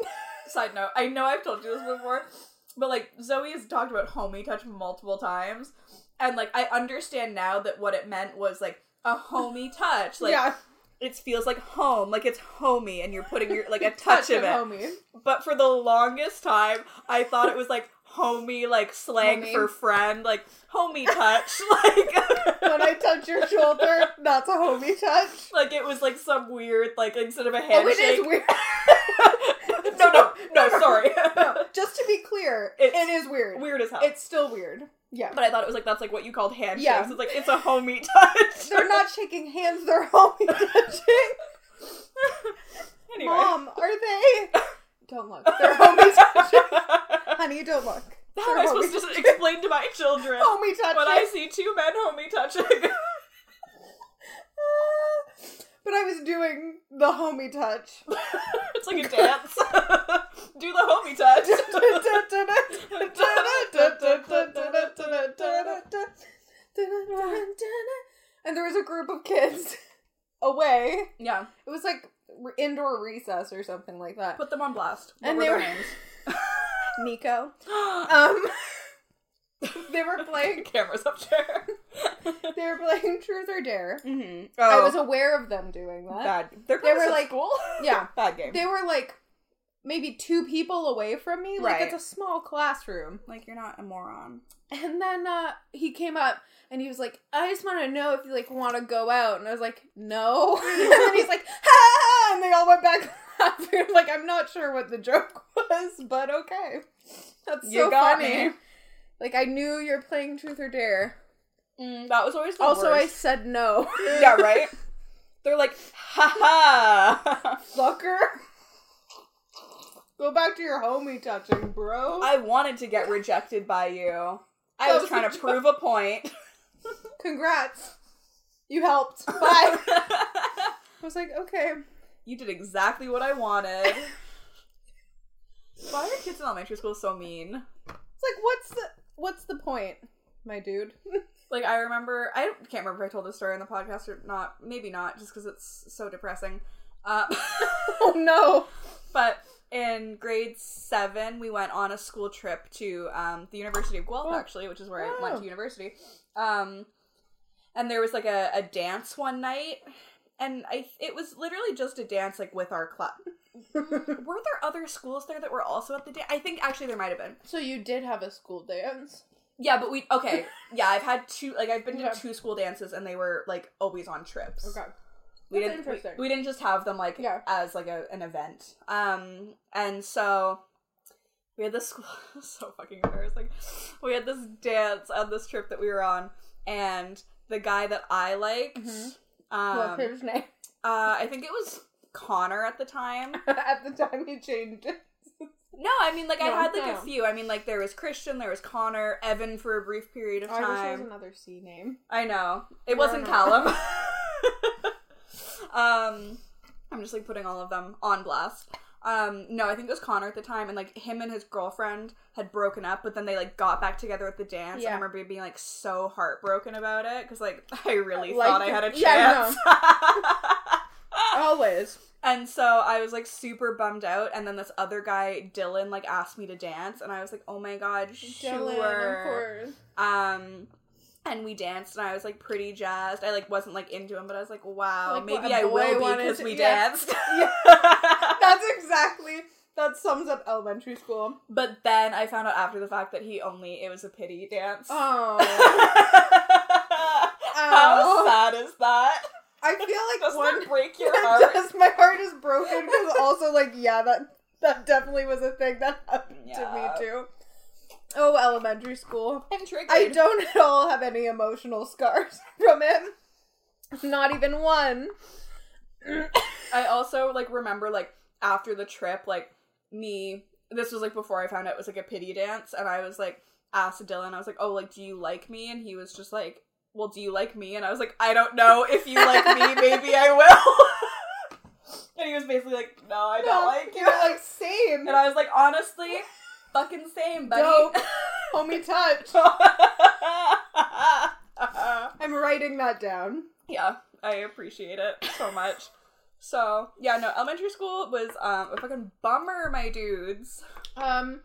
B: Side note, I know I've told you this before, but like Zoe has talked about homie touch multiple times, and like I understand now that what it meant was like a homie touch. Like
C: yeah,
B: it feels like home, like it's homey, and you're putting your like a touch of it.
C: homie.
B: But for the longest time, I thought it was like homie, like slang
C: Homie.
B: for friend, like homie touch, like
C: When I touch your shoulder, that's a homie touch.
B: like it was like some weird like instead of a handshake.
C: Oh, it is weird.
B: no, no, no, sorry.
C: Just to be clear,
B: It's
C: it is weird.
B: Weird as hell.
C: It's still weird. Yeah.
B: but I thought it was like that's like what you called handshakes.
C: Yeah.
B: It's like it's a homie touch.
C: They're not shaking hands, they're homie touching.
B: anyway.
C: Mom, are they? Don't look. They're homie touching. Honey, don't look.
B: How am
C: They're
B: I supposed
C: homie
B: to explain to my children
C: Homie touching.
B: when I see two men homie touching?
C: but I was doing the homie touch.
B: it's like a dance. Do the homie touch.
C: and there was a group of kids away.
B: yeah,
C: It was like re- indoor recess or something like that.
B: put them on blast. What
C: And
B: were
C: they
B: their
C: were-
B: names?
C: Nico, um, they were playing.
B: Cameras up there.
C: They were playing Truth or Dare.
B: mm-hmm.
C: I was aware of them doing that.
B: bad. They're
C: They were
B: close at
C: like-
B: school.
C: Yeah.
B: bad game.
C: They were like maybe two people away from me. Like
B: Right.
C: it's a small classroom.
B: like you're not a moron.
C: And then uh, he came up and he was like, "I just want to know if you like want to go out." And I was like, "No." and then he's like, "Ha!" And they all went back laughing. Like I'm not sure what the joke was, but okay. That's
B: You
C: so
B: got
C: funny.
B: me.
C: Like I knew you're playing Truth or Dare.
B: that was always Mm, the
C: also, I
B: worst.
C: said no.
B: yeah, right. They're like, ha ha.
C: Sucker. Go back to your homie touching, bro.
B: I wanted to get rejected by you. I
C: That
B: was,
C: was
B: trying
C: a
B: to
C: joke.
B: prove a point.
C: Congrats. You helped. Bye. I was like, okay.
B: you did exactly what I wanted. Why are kids in elementary school so mean?
C: It's like, what's the what's the point, my dude?
B: Like I remember, I don't- can't remember if I told this story on the podcast or not. Maybe not, just because it's so depressing. Uh,
C: Oh no.
B: but in grade seven, we went on a school trip to um, the University of Guelph,
C: Oh.
B: actually, which is where I went
C: Oh.
B: to university. Um, and there was like a, a dance one night, and I it was literally just a dance like with our club. Were there other schools there that were also at the dance? I think actually there might have been.
C: So you did have a school dance.
B: Yeah, but we okay. Yeah, I've had two like I've been to
C: Yeah.
B: two school dances, and they were like always on trips.
C: Okay.
B: we
C: oh That's
B: didn't we-
C: interesting.
B: We, didn't just have them like
C: Yeah.
B: as like a, an event um and so we had this school so fucking embarrassing we had this dance on this trip that we were on and the guy that i liked
C: Mhm.
B: um
C: What's his name?
B: uh, i think it was connor at the time
C: At the time you changed it.
B: no i mean like i
C: No,
B: had like
C: no.
B: a few i mean like there was christian there was connor evan for a brief period of
C: I wish there was
B: time
C: another C name.
B: i know it
C: No,
B: wasn't
C: no.
B: callum um i'm just like putting all of them on blast um no i think it was connor at the time and like him and his girlfriend had broken up but then they like got back together at the dance
C: Yeah.
B: and i remember being like so heartbroken about it because like i really
C: Like,
B: thought i had a chance
C: yeah, I Always.
B: and so i was like super bummed out and then this other guy dylan like asked me to dance and i was like oh my god sure
C: Dylan, of course.
B: um and we danced and i was like pretty jazzed i like wasn't like into him but i was like wow
C: Like, what
B: maybe
C: a
B: i
C: boy
B: will be
C: wanted
B: because
C: to-
B: we
C: yeah.
B: danced
C: Yeah. That's exactly that sums up elementary school.
B: but then i found out after the fact that he only it was a pity dance
C: Oh.
B: how
C: Ow.
B: sad is that
C: I feel like
B: doesn't
C: one
B: that break your
C: It
B: heart
C: does. My heart is broken because also like yeah that that definitely was a thing that happened to
B: Yeah.
C: me too. Oh, elementary school.
B: I'm triggered.
C: I don't at all have any emotional scars from it. Not even one.
B: I also like remember like after the trip, like me. This was like before I found out it was like a pity dance, and I was like asked Dylan, I was like, "Oh, like do you like me?" And he was just like, "Well, do you like me?" And I was like, "I don't know if you like me. Maybe I will." and he was basically like, "No, I don't
C: No,
B: like you."
C: You're like, same.
B: and I was like, "Honestly, fucking same, buddy."
C: Homie touch. I'm writing that down.
B: yeah, I appreciate it so much. So yeah, no, elementary school was um, a fucking bummer, my dudes.
C: Um,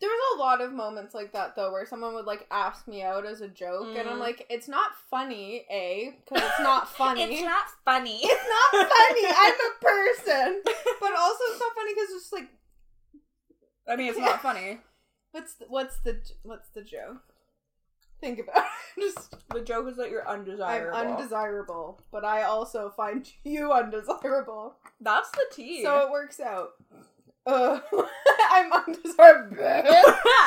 C: there was a lot of moments like that though, where someone would like ask me out as a joke, and I'm
B: Mm.
C: like, it's not funny, a, because it's not funny.
B: It's not funny.
C: It's not funny. I'm a person, but also it's not funny because it's just like,
B: I mean, it's not funny.
C: what's the, what's the what's the joke? Think about it. Just
B: The joke is that you're
C: I'm
B: undesirable.
C: undesirable, but I also find you undesirable,
B: That's the tea.
C: so it works out. Uh, I'm undesirable.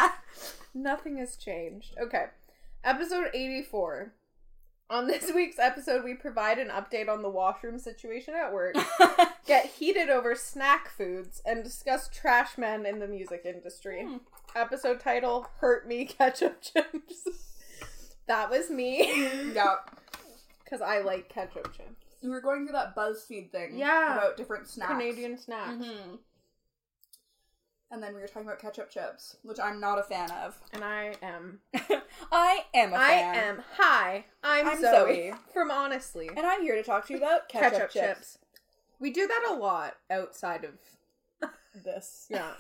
C: Nothing has changed. Okay. Episode 84. On this week's episode, we provide an update on the washroom situation at work, get heated over snack foods, and discuss trash men in the music industry.
B: Hmm.
C: Episode title Hurt Me Ketchup Chips. that was me.
B: yeah,
C: Because I like ketchup chips.
B: we were going through that BuzzFeed thing.
C: Yeah.
B: about different snacks.
C: Canadian snacks.
B: Mhm. And then we were talking about ketchup chips, which I'm not a fan of.
C: And I am.
B: I am a
C: I
B: fan.
C: am. Hi, I'm,
B: I'm
C: Zoe.
B: Zoe.
C: From Honestly.
B: And I'm here to talk to you about ketchup, chips.
C: We do that a lot outside of this. Yeah.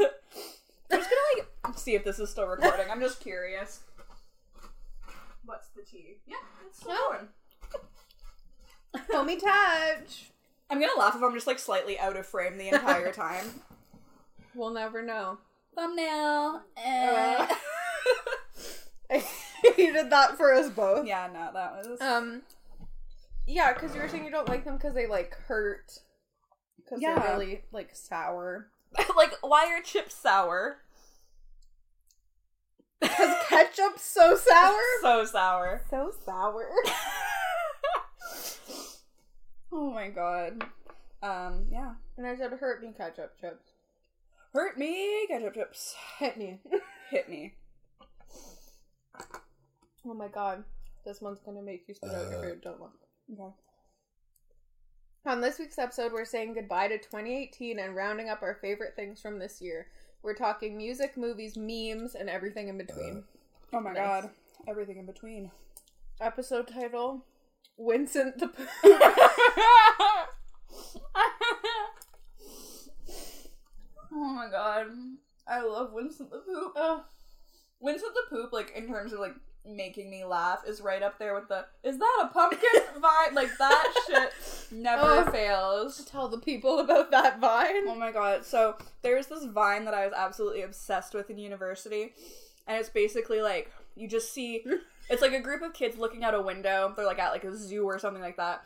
B: I'm just gonna like see if this is still recording. I'm just curious. What's the tea? Yeah, it's still
C: Oh.
B: going.
C: Homie touch.
B: I'm gonna laugh if I'm just like slightly out of frame the entire time.
C: We'll never know.
B: Thumbnail.
C: eh. you did that for us both.
B: yeah, no, that was.
C: Um. Yeah, because you were saying you don't like them because they like hurt. Because
B: Yeah.
C: they're really like sour.
B: like, why are chips sour?
C: Because ketchup's so sour.
B: So sour.
C: So sour.
B: Oh my god. Um, yeah.
C: And I said, "Hurt me, ketchup chips.
B: Hurt me, ketchup chips.
C: Hit me."
B: Hit me.
C: oh my god, this one's gonna make you spit
B: Uh.
C: out your food. Don't look.
B: Okay.
C: On this week's episode, we're saying goodbye to 2018 and rounding up our favorite things from this year. We're talking music, movies, memes, and everything in between.
B: Oh my
C: Nice.
B: god. Everything in between. Uh.
C: Episode title Winston the Pooh.
B: oh my god. I love Winston the Poop.
C: Ugh.
B: Winston the Poop, like, in terms of, like, making me laugh, is right up there with the, is that a pumpkin vibe? Like, that shit never
C: Oh.
B: fails.
C: Tell the people about that vine.
B: Oh my god. So there's this vine that I was absolutely obsessed with in university. And it's basically like you just see it's like a group of kids looking out a window. They're like at like a zoo or something like that.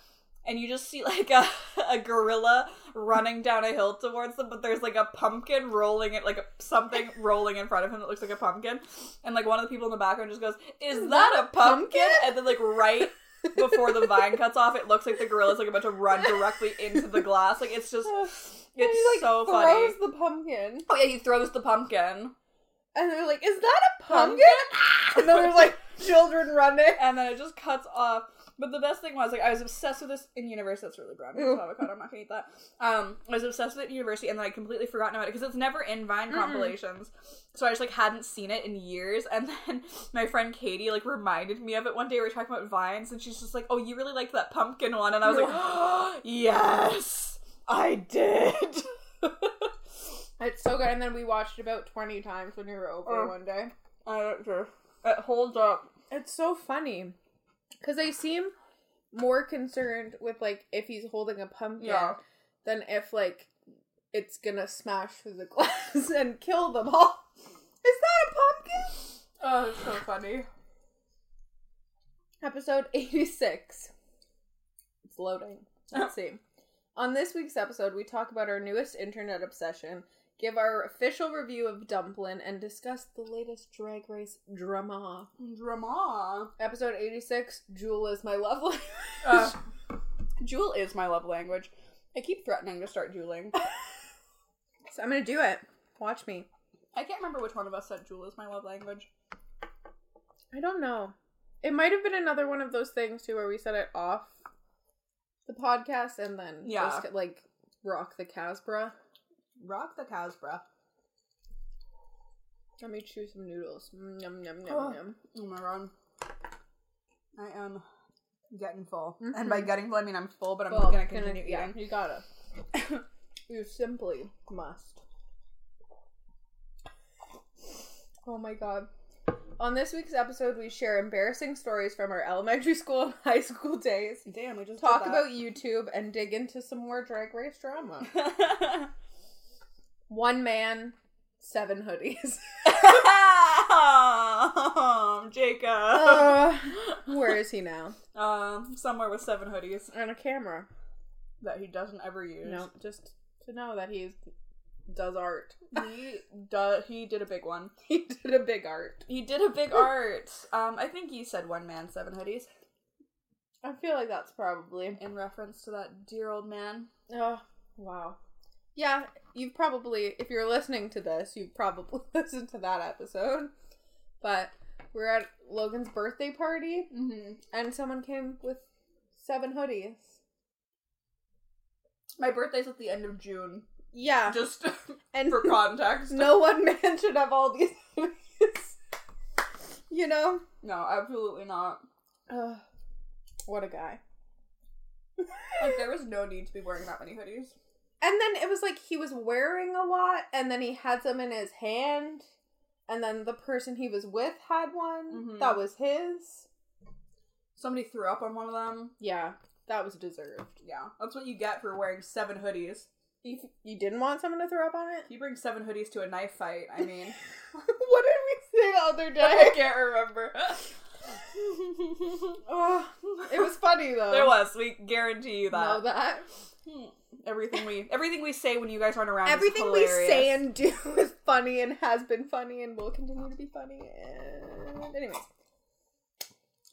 B: And you just see like a, a gorilla running down a hill towards them, but there's like a pumpkin rolling it, like a, something rolling in front of him that looks like a pumpkin. And like one of the people in the background just goes, Is that a pumpkin? And then like right before the vine cuts off, it looks like the gorilla's like about to run directly into the glass. Like it's just
C: And
B: it's
C: he, like,
B: so
C: throws
B: funny.
C: the pumpkin.
B: Oh yeah, he throws the pumpkin.
C: And they're like, Is that a pumpkin?
B: Pumpkin?
C: and then there's like children running.
B: And then it just cuts off. But the best thing was like I was obsessed with this in university. That's really brown.
C: Ooh.
B: avocado. I'm not gonna eat that. Um, I was obsessed with it in university, and then I completely forgotten about it because it's never in Vine
C: Mm-mm.
B: compilations. So I just like hadn't seen it in years. And then my friend Katie like reminded me of it one day. We were talking about vines, and she's just like, "Oh, you really liked that pumpkin one," and I was like, "Yes, I did."
C: It's so good. And then we watched about 20 times when you were over
B: Oh.
C: one day.
B: I don't care. It holds up.
C: It's so funny because they seem more concerned with like if he's holding a pumpkin
B: Yeah.
C: than if like it's gonna smash through the glass and kill them all. Is that a pumpkin?
B: Oh, it's so funny.
C: Episode 86. It's loading. Let's see. On this week's episode, we talk about our newest internet obsession give our official review of Dumplin', and discuss the latest Drag Race drama.
B: Drama.
C: Episode 86 Jewel is my love language.
B: Uh, Jewel is my love language. I keep threatening to start jeweling.
C: so I'm gonna do it. Watch me.
B: I can't remember which one of us said Jewel is my love language.
C: I don't know. It might have been another one of those things too where we said it off the podcast and then
B: Yeah.
C: just, like rock the Casbra.
B: Rock the Casbra.
C: Let me chew some noodles. Mm, Yum yum yum
B: Oh.
C: yum.
B: Oh my god. I am getting full. And by getting full, I mean I'm full, but I'm
C: Well,
B: gonna continue eating.
C: Mm-hmm. yeah, you gotta. you simply must. Oh my god. On this week's episode, we share embarrassing stories from our elementary school and high school days.
B: Damn, we just did
C: talk
B: that.
C: about YouTube and dig into some more drag race drama. One man, seven hoodies.
B: Jacob.
C: Uh, where is he now?
B: um, somewhere with seven hoodies
C: On a camera.
B: that he doesn't ever use.
C: No, just to know that he does art.
B: He does. He did a big one.
C: He did a big art.
B: He did a big art. Um, I think you said one man, seven hoodies
C: I feel like that's probably.
B: in reference to that dear old man.
C: Oh, wow. Yeah, you've probably, if you're listening to this, you've probably listened to that episode. But we're at Logan's birthday party,
B: Mm-hmm.
C: and someone came with seven hoodies.
B: My birthday's at the end of June.
C: Yeah.
B: Just
C: and
B: for context.
C: no one man should have all these movies. you know?
B: No, absolutely not.
C: Ugh. what a guy.
B: Like there was no need to be wearing that many hoodies.
C: And then it was like he was wearing a lot, and then he had some in his hand, and then the person he was with had one
B: Mhm.
C: that was his.
B: Somebody threw up on one of them.
C: Yeah, that was deserved.
B: Yeah, that's what you get for wearing seven hoodies.
C: You, you didn't want someone to throw up on it?
B: If you bring seven hoodies to a knife fight, I mean,
C: what did we say the
B: I
C: other day?
B: can't remember.
C: oh, it was funny though.
B: there was. We guarantee you
C: Know
B: that.
C: that.
B: Hmm. Everything we everything we say when you guys aren't around.
C: Everything
B: is
C: we
B: hilarious.
C: say and do is funny and has been funny and will continue to be funny. And anyways,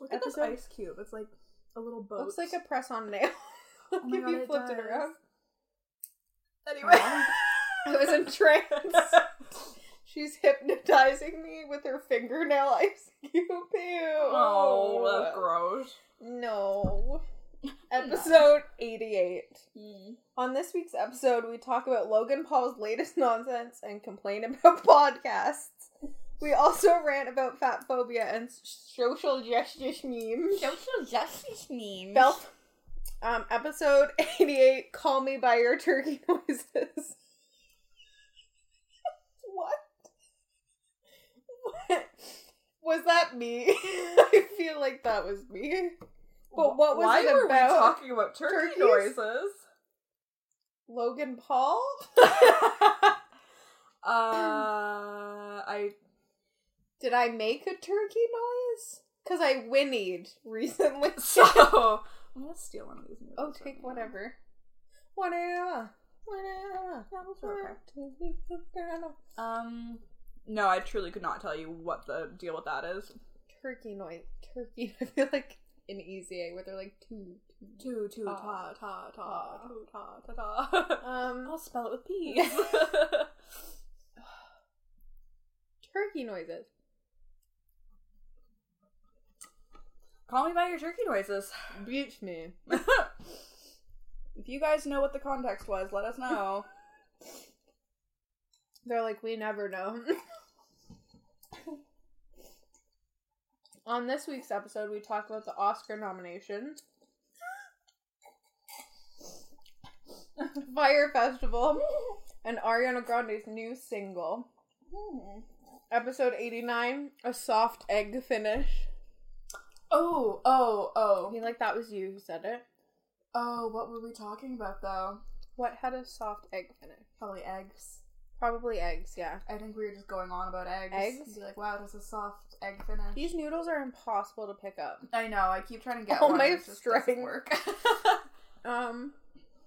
B: Look at this
C: Episode-
B: ice cube. It's like a little boat.
C: looks like a press on nail.
B: Oh my
C: if
B: God,
C: you
B: it
C: flipped it
B: does.
C: around,
B: anyway.
C: I was in trance. She's hypnotizing me with her fingernail ice cube. Ew.
B: oh, that's gross.
C: no. Episode 88. On this week's episode, we talk about Logan Paul's latest nonsense and complain about podcasts. We also rant about fat phobia and s- social justice memes.
B: Social justice memes.
C: Belf. Um, episode 88 Call Me By Your Turkey Noises. what? what? Was that me? I feel like that was me. But what was
B: Why
C: it
B: were
C: about?
B: we talking about turkey
C: turkeys?
B: noises?
C: Logan Paul?
B: uh, I
C: Did I make a turkey noise? Because I whinnied recently.
B: so I'm gonna steal one of these. Noodles
C: oh,
B: right
C: take
B: now.
C: whatever. Whatever. Whatever.
B: Yeah, we'll throw it back.
C: Whatever.
B: Um, no, I truly could not tell you what the deal with that is.
C: turkey noise. Turkey. I feel like in Easy A where they're like two.
B: Two, two,
C: ta,
B: ta,
C: ta,
B: two, ta, ta, ta.
C: Um,
B: I'll spell it with P's.
C: turkey noises.
B: Call me by your turkey noises.
C: Beach me.
B: If you guys know what the context was, let us know.
C: They're like, we never know. On this week's episode, we talk about the Oscar nominations, Fire Festival, and Ariana Grande's new single. Episode 89 A Soft Egg Finish.
B: Oh, oh,
C: I
B: oh.
C: feel like that was you who said it.
B: Oh, what were we talking about though?
C: What had a soft egg finish?
B: Probably eggs.
C: Probably eggs, yeah.
B: I think we were just going on about eggs.
C: Eggs?
B: You'd be like, wow, that's a soft egg finish.
C: These noodles are impossible to pick up.
B: I know. I keep trying to get
C: All
B: one.
C: my
B: and it just doesn't
C: string.
B: work.
C: Um,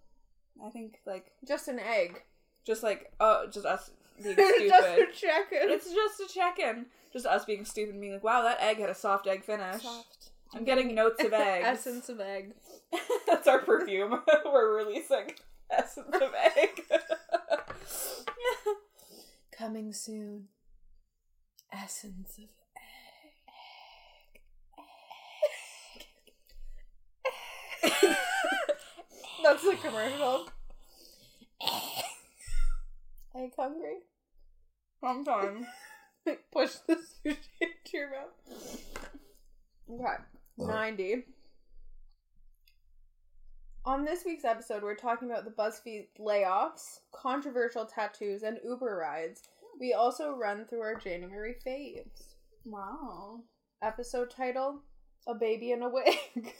B: I think like
C: just an egg.
B: Just like oh, just us being stupid.
C: just to check it.
B: it's just a check in. Just us being stupid and being like, wow, that egg had a soft egg finish.
A: Soft.
B: I'm getting notes of eggs.
A: Essence of egg.
B: That's our perfume. We're releasing essence of egg.
A: Coming soon. Essence of
C: That's the commercial.
A: egg hungry.
B: Sometimes.
A: Push the sushi into your mouth.
C: Okay. 90. On this week's episode, we're talking about the BuzzFeed layoffs, controversial tattoos, and Uber rides. We also run through our January faves.
B: Wow.
C: Episode title A Baby in a Wig.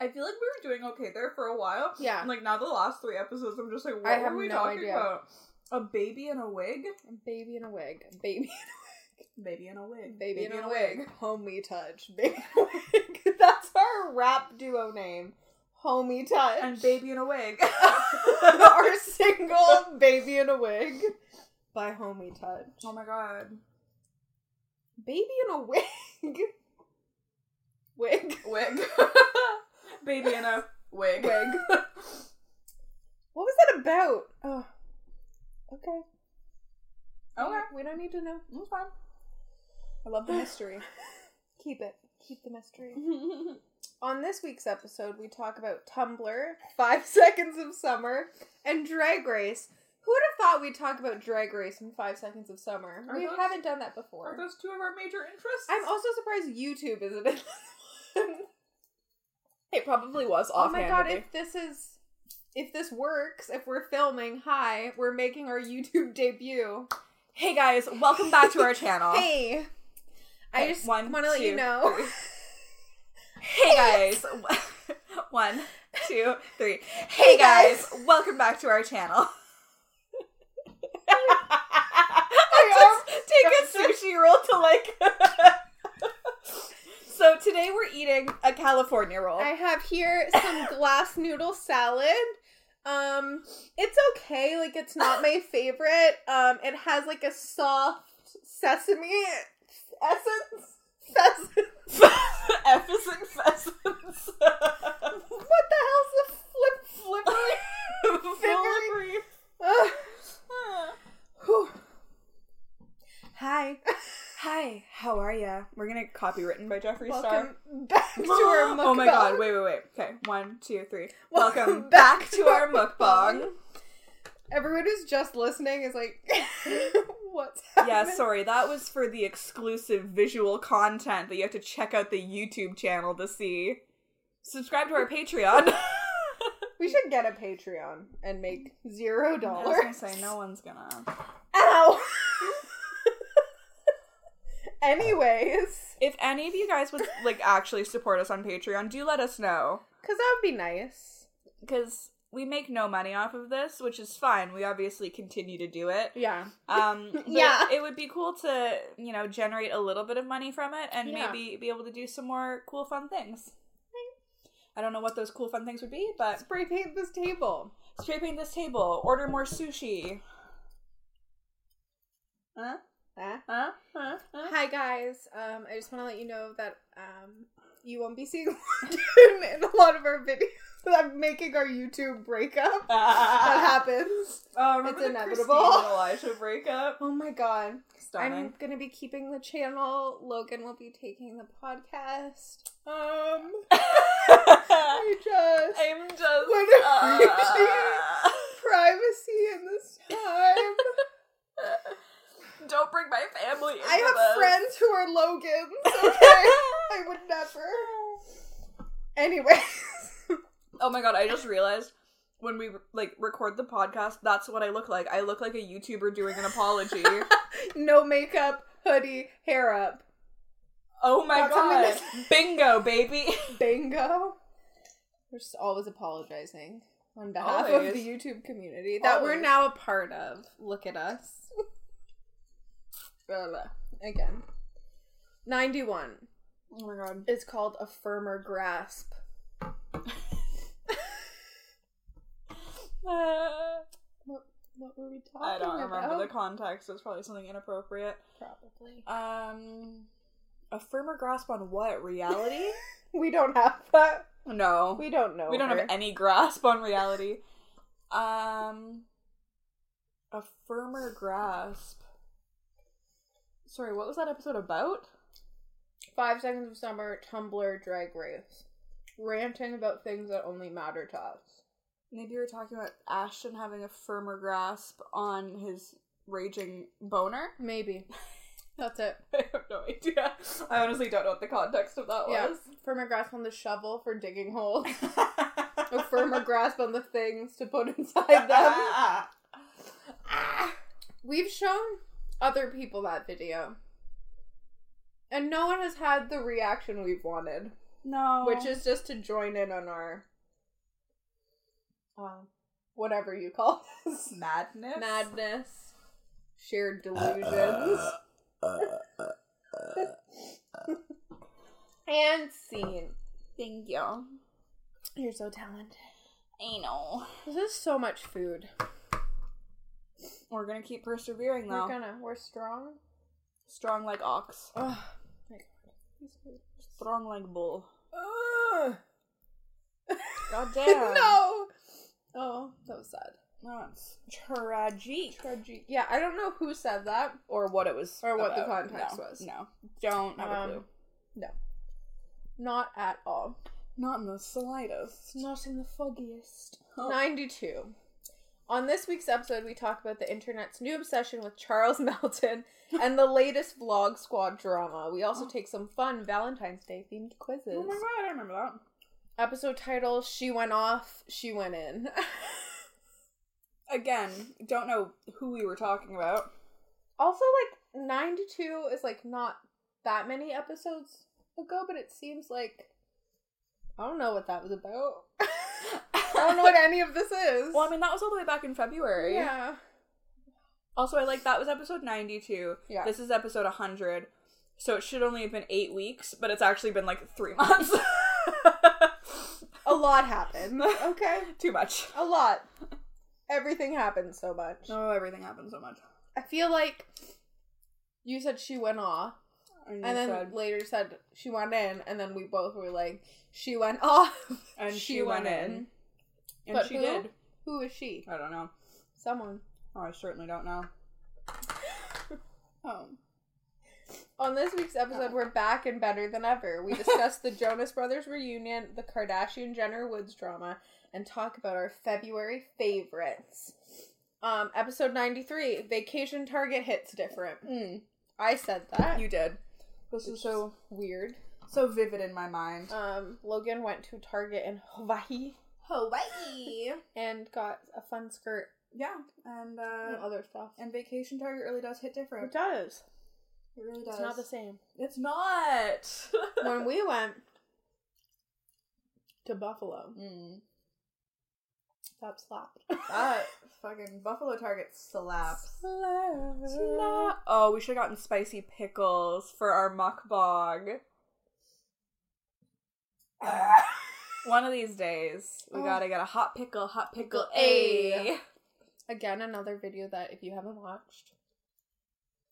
B: I feel like we were doing okay there for a while.
C: Yeah.
B: And, like now the last three episodes, I'm just like, what
C: I have
B: were we
C: no
B: talking
C: idea.
B: about? A baby in a wig?
C: A baby in a wig. A baby,
B: Baby in a wig.
C: baby, in, a wig. Homie touch. Baby in a wig. That's our rap duo name. Homie touch.
B: And baby in a wig.
C: our single baby in a wig by homie touch
B: oh my god.
C: baby in a wig wig
B: Wig. baby in a wig.
C: wig what was that about oh okay
B: Okay.
C: we don't need to know
B: It's fine.
C: i love the mystery keep it keep the mystery on this week's episode we talk about tumblr five seconds of summer and drag race who would have thought we'd talk about drag race in five seconds of summer
B: Are
C: we
B: those-
C: haven't done that before
B: Are those two of our major interests?
C: I'm also surprised YouTube isn't in this one.
A: It probably was
C: Oh my god,
A: offhandedly.
C: if this is if this works, if we're filming, hi, we're making our YouTube debut.
B: Hey guys, welcome back to our channel.
C: Hey. I
B: Okay,
C: just
B: one,
C: want to let
B: two,
C: you know.
B: Hey guys. One, two, three. Hey guys, welcome back to our channel. Just take a sushi roll to like. so today we're eating a California roll.
C: I have here some glass noodle salad. Um it's okay, like it's not my favorite. Um it has like a soft sesame essence. Sesame
B: Ephesus pheasants.
C: What the hell's a flip flippery?
B: Fillery.
C: Ugh. Whew. Hi.
B: Hi, how are ya? We're gonna copy written by Jeffree Star.
C: Welcome back to our mukbang.
B: Oh my god, wait, wait, wait. Okay, one, two, three.
C: Welcome
B: Welcome
C: back
B: back
C: to
B: to our
C: our
B: mukbang.
C: Everyone who's just listening is like, what's
B: Yeah,
C: happening?
B: sorry, that was for the exclusive visual content that you have to check out the YouTube channel to see. Subscribe to our Patreon.
C: we should get a Patreon and make zero dollars.
B: say, no one's gonna.
C: Ow! Anyways,
B: If any of you guys would like actually support us on Patreon, do let us know.
C: because that would be nice.
B: Because we make no money off of this, which is fine. We obviously continue to do it.
C: Yeah.
B: Um, but
C: Yeah.
B: It would be cool to, you know, generate a little bit of money from it and
C: Yeah.
B: maybe be able to do some more cool, fun things. I don't know what those cool, fun things would be, but
C: Spray paint this table.
B: spray paint this table, order more sushi. Huh?
C: Huh?
B: Huh? Huh? Huh?
C: Hi guys. Um, I just want to let you know that um, you won't be seeing London in a lot of our videos. I'm making our YouTube breakup. That
B: Ah.
C: happens.
B: Oh, remember
C: It's
B: the
C: inevitable.
B: Christine and Elijah breakup?
C: Oh my god.
B: Stunning.
C: I'm gonna be keeping the channel. Logan will be taking the podcast. Um,
B: I'm
C: I just
B: just.
C: What
B: uh,
C: privacy in this time.
B: don't bring my family into
C: I have
B: this.
C: friends who are Logans. Okay, I would never. Anyway,
B: Oh my god, I just realized when we like record the podcast, that's what I look like. I look like a YouTuber doing an apology.
C: no makeup, hoodie, hair up.
B: oh my
C: That's something
B: god. Bingo, baby.
C: Bingo. We're just always apologizing on behalf
B: Always.
C: of the YouTube community that we're
B: Always.
C: now a part of. Look at us. Blah, blah. Again. 91.
B: Oh my god.
C: It's called a firmer grasp.
A: What were we talking
B: I don't remember
A: about?
B: the context. It's probably something inappropriate.
A: Probably.
B: Um, a firmer grasp on what reality?
C: We don't have that.
B: no,
C: We don't know.
B: we don't have
C: her.
B: any grasp on reality. Um, a firmer grasp. Sorry, what was that episode about?
C: Five seconds of summer, Tumblr, Drag Race, ranting about things that only matter to us.
B: Maybe we were talking about Ashton having a firmer grasp on his raging boner.
C: Maybe. That's it.
B: I have no idea. I honestly don't know what the context of that
C: Yeah.
B: was.
C: Firmer grasp on the shovel for digging holes. a firmer Ah. grasp on the things to put inside them.
B: Ah.
C: We've shown other people that video. And no one has had the reaction we've wanted,
B: no.
C: which is just to join in on our um, whatever you call this
B: madness.
C: madness, shared delusions, and scene.
B: Thank you. I
C: You're so talented.
B: know.
C: This is so much food.
B: We're gonna keep persevering though.
C: We're gonna. We're strong.
B: Strong like ox.
C: Ugh.
B: Strong like bull.
C: Ugh.
B: God
C: no. Oh, that was sad.
B: That's tragic.
C: Tragic. Yeah, I don't know who said that.
B: Or what it was.
C: Or what the
B: about.
C: context
B: No,
C: was.
B: No. Don't have
C: Um,
B: a clue.
C: Not at all.
B: Not in the slightest.
C: Not in the foggiest.
B: Oh.
C: 92. On this week's episode, we talk about the internet's new obsession with Charles Melton and the latest Vlog Squad drama. We also take some fun Valentine's Day themed quizzes.
B: Oh my god, I don't remember that.
C: Episode title She Went Off, She Went In.
B: Again, don't know who we were talking about.
C: also, like, 92 is, like, not that many episodes ago, but it seems like. I don't know what that was about.
B: I
C: I don't know what any of this is.
B: Well, I mean, that was all the way back in February.
C: yeah.
B: Also, I like that was episode 92.
C: Yeah.
B: This is episode 100. So it should only have been eight weeks, but it's actually been like three months.
C: A lot happened. Okay.
B: Too much.
C: A lot. Everything happened so much.
B: Oh, everything happened so much.
C: I feel like you said she went off,
B: And,
C: and then later said she went in, and then we both were like, she went off.
B: and she,
C: she
B: went
C: went
B: in.
C: in.
B: And
C: But
B: she
C: who?
B: did.
C: Who is she?
B: I don't know.
C: Someone.
B: Oh, I certainly don't know. oh.
C: On this week's episode, we're back and better than ever. We discuss the Jonas Brothers reunion, the Kardashian Jenner Woods drama, and talk about our February favorites. Um, episode 93 Vacation Target hits different.
B: Hmm.
C: Mm, I said that.
B: You did. This is so
C: Weird.
B: so vivid in my mind.
C: Um, Logan went to Target in Hawaii
B: Hawaii.
C: and got a fun skirt
B: yeah, and
C: and
B: uh,
C: other stuff.
B: and vacation target really does hit different.
C: It does.
B: It really does.
C: It's not the same.
B: It's not.
C: when we went to Buffalo,
B: mm.
C: that slapped.
B: That fucking Buffalo Target slaps.
C: Slap.
B: Oh, we should have gotten spicy pickles for our mukbang. One of these days, we
C: Oh.
B: gotta get a hot pickle, hot pickle
C: Pickle
B: A.
C: A. Again, another video that if you haven't watched,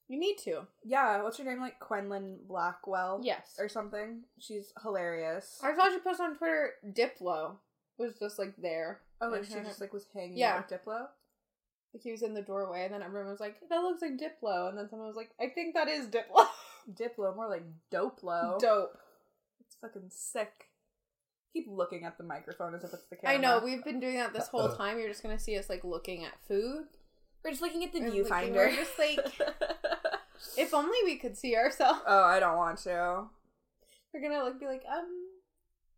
C: you need to.
B: Yeah, what's her name? Like Quenlin Blackwell?
C: Yes.
B: Or something. She's hilarious.
C: I saw you post on Twitter Diplo was just like there.
B: oh, like
C: And
B: she
C: her-
B: just like was hanging
C: Yeah.
B: out with Diplo?
C: like, he was in the doorway, and then everyone was like, "That looks like Diplo," and then someone was like, "I think that is Diplo."
B: Diplo, more like Doplo.
C: Dope.
B: it's fucking sick. Keep looking at the microphone as if it's the camera.
C: I know we've been doing that this whole time. You're just gonna see us like looking at food.
B: We're just looking at the
C: We're
B: viewfinder.
C: looking- we're just like- If only we could see ourselves.
B: oh, I don't want to.
C: We're gonna like be like, um,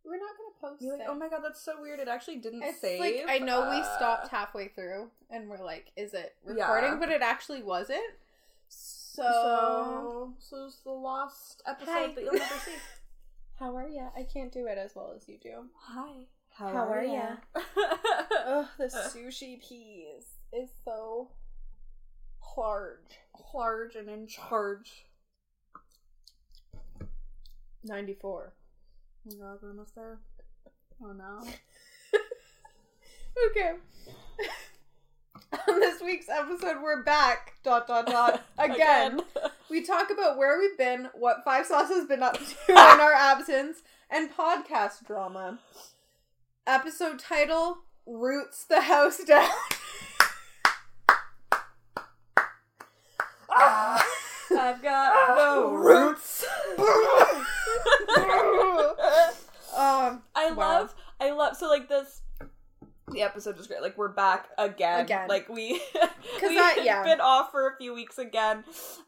C: we're not gonna post
B: You're like,
C: it.
B: oh my god, that's so weird. It actually didn't
C: it's
B: save.
C: like I know we
B: Uh,
C: stopped halfway through, and we're like, is it
B: Yeah.
C: recording? But it actually wasn't. So,
B: So, so it's the lost episode
C: Hi.
B: that you'll never see.
C: how are ya? I can't do it as well as you do.
B: Hi. How,
C: How are
B: ya?
C: Ugh, the sushi peas is so hard.
B: Large and in charge.
C: Ninety four.
B: Oh my god, we're almost there. Oh no.
C: Okay. On this week's episode, we're back. Dot dot dot. Again, we talk about where we've been, what Five Sauce has been up to in our absence, and podcast drama. Episode title: Roots the house down.
B: I've got no
C: roots. um,
B: I
C: Wow.
B: love, I love. So like this, the episode was great. Like we're back again.
C: Again.
B: Like we,
C: Cause
B: we
C: that-
B: had
C: yeah.
B: been off for a few weeks again,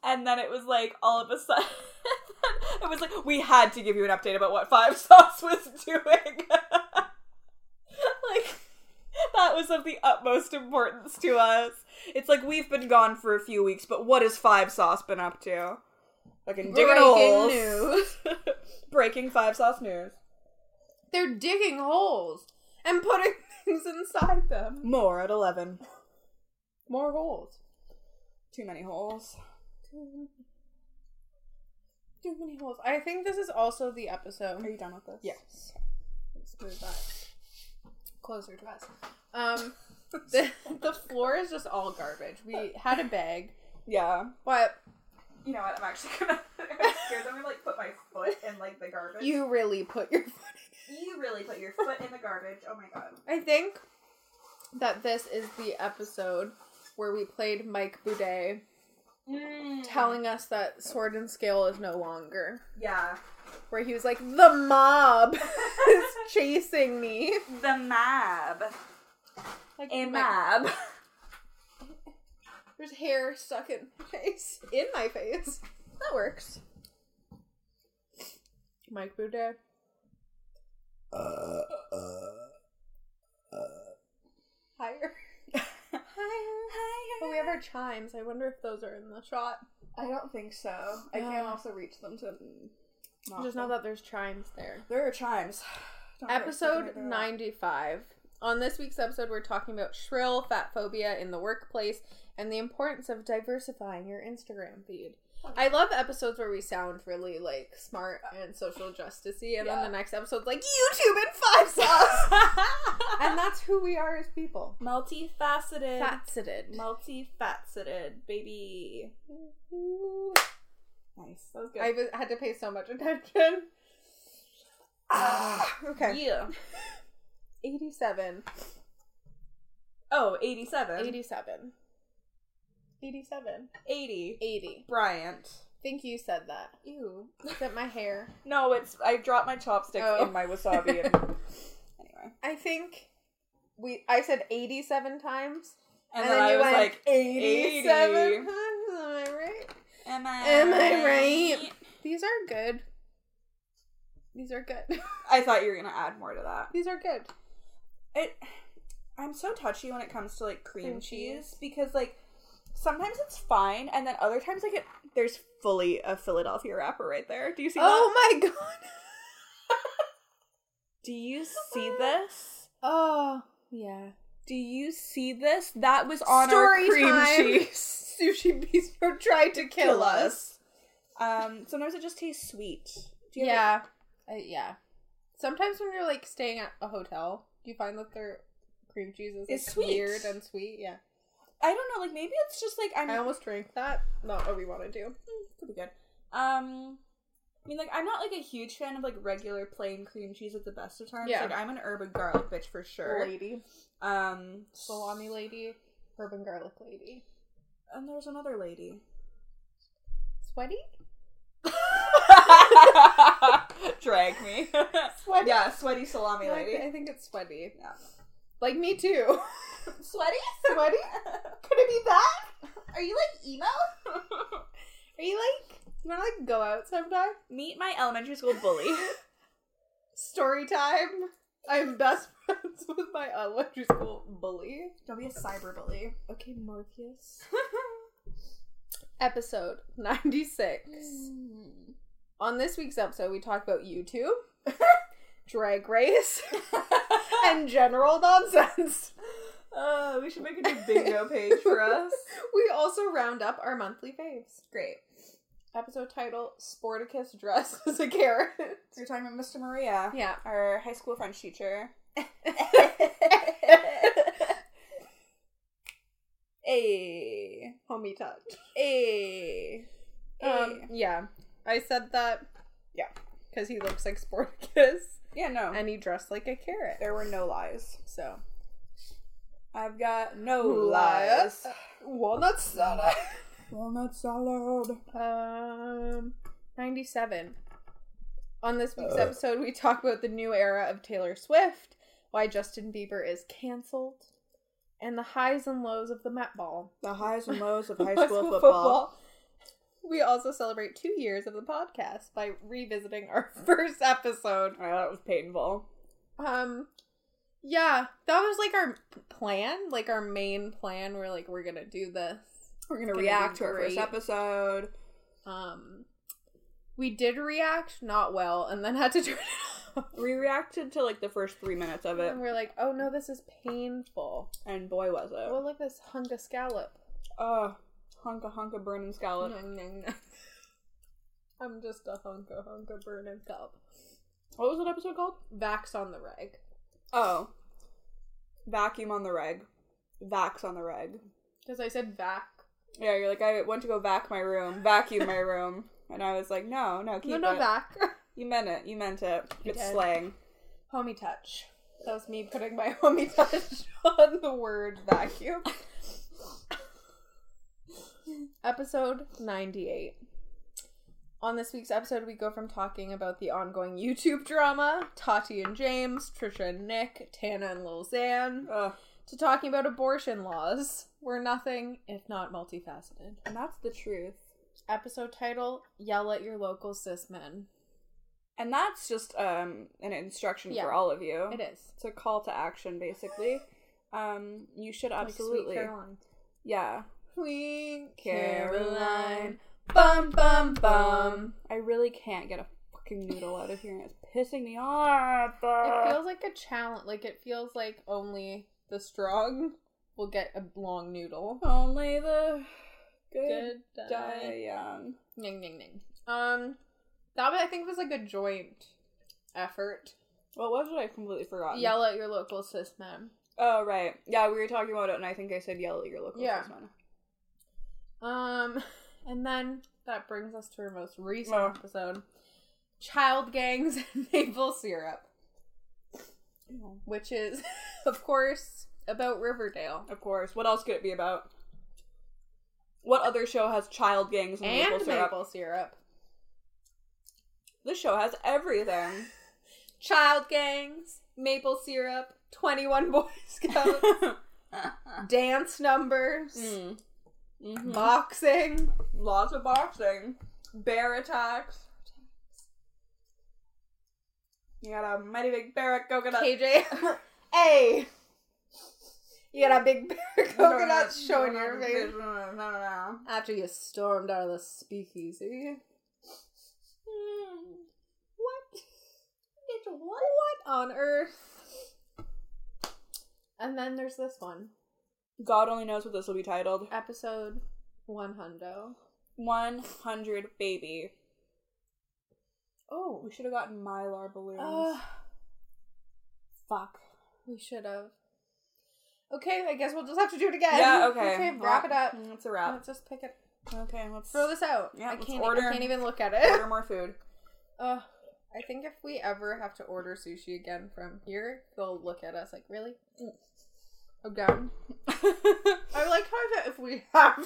B: and then it was like all of a sudden. It was like we had to give you an update about what Five Sauce was doing. like that was of the utmost importance to us. It's like we've been gone for a few weeks, but what has Five Sauce been up to? Fucking digging
C: Breaking
B: holes.
C: news.
B: Breaking Five Sauce news.
C: They're digging holes and putting things inside them.
B: More at 11.
C: More holes.
B: Too many holes.
C: Too many holes. I think this is also the episode.
B: Are you done with this?
C: Yes. Let's move back closer to us. Um, the, the floor is just all garbage. We had a bag,
B: Yeah.
C: but
B: You know what? I'm actually gonna. I'm scared that I'm gonna like put my foot in like the garbage.
C: you really put your.
B: you really put your foot in the garbage. Oh my god.
C: I think that this is the episode where we played Mike Boudet telling us that Sword and Scale is no longer.
B: Yeah.
C: Where he was like, "The mob is chasing me."
B: The mab.
C: Like
B: A
C: my-
B: mab.
C: There's hair stuck in my face. In my face. That works. Mike Boudet. Uh, uh, uh. Higher. But we have our chimes. I wonder if those are in the shot.
B: I don't think so. I
C: Yeah.
B: can also reach them to.
C: Just know that there's chimes there.
B: there are chimes. Don't worry,
C: Episode
B: they're there.
C: 95. On this week's episode, we're talking about shrill fat phobia in the workplace and the importance of diversifying your Instagram feed. I love episodes where we sound really like smart and social justice y, and then
B: Yeah.
C: the next episode's like YouTube and five sauce. and that's who we are as people.
B: Multifaceted.
C: Faceted.
B: Multifaceted, baby. Nice. That was good.
C: I was- had to pay so much attention. Ah, okay.
B: Yeah.
C: 87.
B: Oh, 87.
C: 87. 87.
B: 80.
C: 80.
B: Bryant.
C: think you said that.
B: Ew.
C: Is it my hair?
B: No, it's. I dropped my chopsticks
C: Oh.
B: in my wasabi. And, anyway.
C: I think we. I said eighty-seven times,
B: And, then, I was like,
C: eighty-seven
B: 80.
C: times. Am I right?
B: Am I,
C: Am I right? These are good. These are good.
B: I thought you were going to add more to that.
C: These are good.
B: It. I'm so touchy when it comes to like cream,
C: Cream
B: cheese
C: cheese.
B: because like sometimes it's fine and then other times like it there's fully a Philadelphia wrapper right there. Do you see that?
C: Oh my god.
B: Do you see this?
C: Oh yeah.
B: Do you see this? That was on
C: Story
B: our cream
C: time.
B: cheese.
C: Sushi Bistro tried to kill, us.
B: Um, sometimes it just tastes sweet. Do you
C: Yeah. Uh, yeah. Sometimes when you're like staying at a hotel, do you find that their cream cheese is
B: It's
C: like,
B: sweet.
C: weird and sweet? Yeah.
B: Have, I don't know. Like maybe it's just like I'm.
C: I almost drank that. Not what we want to do.
B: Mm, could be good. Um, I mean, like I'm not like a huge fan of like regular plain cream cheese at the best of times.
C: Yeah.
B: Like I'm an herb and garlic bitch for sure.
C: Lady.
B: Um,
C: Salami lady. Urban garlic lady.
B: and there's another lady.
C: Sweaty?
B: Drag me.
C: Sweaty.
B: yeah, sweaty salami
C: Yeah, I,
B: lady.
C: I think it's sweaty.
B: Yeah.
C: Like me too.
B: Sweaty.
C: sweaty? Could it be that? Are you like emo? Are you like you wanna like go out sometime?
B: Meet my elementary school bully.
C: Story time. I'm best friends with my elementary school bully.
B: Don't be a cyber bully.
C: Okay, Morpheus. Episode
B: Mm.
C: 96. Hmm. On this week's episode, we talk about YouTube, drag race, and general nonsense.
B: Uh, we should make a new bingo page for us.
C: We also round up our monthly faves.
B: Great.
C: Episode title Sporticus Dress as a Carrot.
B: So you're talking about Mr. Maria,
C: yeah.
B: our high school French teacher. Hey.
C: Homie touch.
B: Hey.
C: Um, yeah. I said that.
B: Yeah.
C: Because he looks like Sporticus
B: yeah, no.
C: and he dressed like a carrot.
B: there were no lies.
C: So.
B: I've got no
C: Lies.
B: lies.
C: Walnut salad.
B: Walnut salad.
C: Um, 97. On this week's
B: Uh.
C: episode, we talk about the new era of Taylor Swift, why Justin Bieber is canceled, and the highs and lows of the Met Ball.
B: The highs and lows of high
C: High
B: school
C: school
B: football.
C: We also celebrate two years of the podcast by revisiting our first episode.
B: Oh, that was painful.
C: Um, yeah, that was like our plan, like our main plan. We're like, we're gonna do this.
B: We're gonna
C: It's gonna
B: react
C: be
B: to our first
C: great.
B: episode.
C: Um, we did react not well, and then had to turn it off.
B: We reacted to like the first three minutes of it,
C: And we're like, oh no, this is painful.
B: and boy was it.
C: Oh, look at this hunk of scallop.
B: Oh, hunka hunka burning scallop.
C: I'm just a hunk of hunk of burning scallop.
B: What was that episode called?
C: Vax on the reg.
B: Oh, vacuum on the reg, vax on the reg.
C: Because I said vac.
B: Yeah, you're like I went to go vac my room, vacuum my room, and I was like, no, no, keep
C: No, no,
B: it.
C: vac.
B: You meant it. You meant it.
C: You
B: it's
C: did.
B: slang.
C: homie touch. That was me putting my homie touch on the word vacuum. episode 98. On this week's episode, we go from talking about the ongoing YouTube drama, Tati and James, Trisha and Nick, Tana and Lil Xan,
B: Ugh.
C: to talking about abortion laws. We're nothing if not multifaceted.
B: And that's the truth.
C: Episode title Yell at Your Local Cis Men.
B: And that's just um an instruction
C: Yeah.
B: for all of you.
C: It is.
B: It's a call to action, basically. Um, you should
C: Like Sweet
B: absolutely,
C: Caroline.
B: yeah.
C: Queen
B: Caroline.
C: Bum bum
B: Um, I really can't get a fucking noodle out of here, and it's pissing me off.
C: It feels like a challenge. Like it feels like only the strong will get a long noodle.
B: only the good,
C: Good
B: die young.
C: Ning ning ning. Um, that one I think was like a joint effort.
B: Well, what did I completely forgotten?
C: Yell at your local cis man.
B: Oh right, yeah, we were talking about it, and I think I said yell at your local
C: Yeah.
B: salesman.
C: Um, and then that brings us to our most recent
B: Oh.
C: episode: child gangs and maple syrup, which is, of course, about Riverdale.
B: Of course. What else could it be about? What other show has child gangs and,
C: and
B: maple syrup?
C: maple syrup.
B: This show has everything.
C: Child gangs, maple syrup, 21 Boy Scouts,
B: Hmm.
C: dance numbers,
B: Mm. Mhm.
C: boxing,
B: Lots of boxing, bear attacks. You got a mighty big bear coconut.
C: KJ. hey! You got a big bear coconut
B: Donuts
C: showing your face.
B: No, no, no.
C: After you stormed out of the speakeasy. Hmm. What? what? on earth? And then there's this one.
B: God only knows what this will be titled.
C: Episode 100.
B: One hundred baby.
C: Oh,
B: We should have gotten mylar balloons.
C: Uh,
B: Fuck.
C: we should have. Okay, I guess we'll just have to do it again.
B: Yeah. Okay.
C: Okay, wrap it up.
B: It's a wrap.
C: Let's just pick it.
B: Okay. Let's
C: Throw this out.
B: Yeah,
C: I
B: let's
C: can't.
B: order.
C: I can't even look at it.
B: order more food.
C: Ugh. I think if we ever have to order sushi again from here, they'll look at us like, really? Mm. I'm down. I like how that if we have,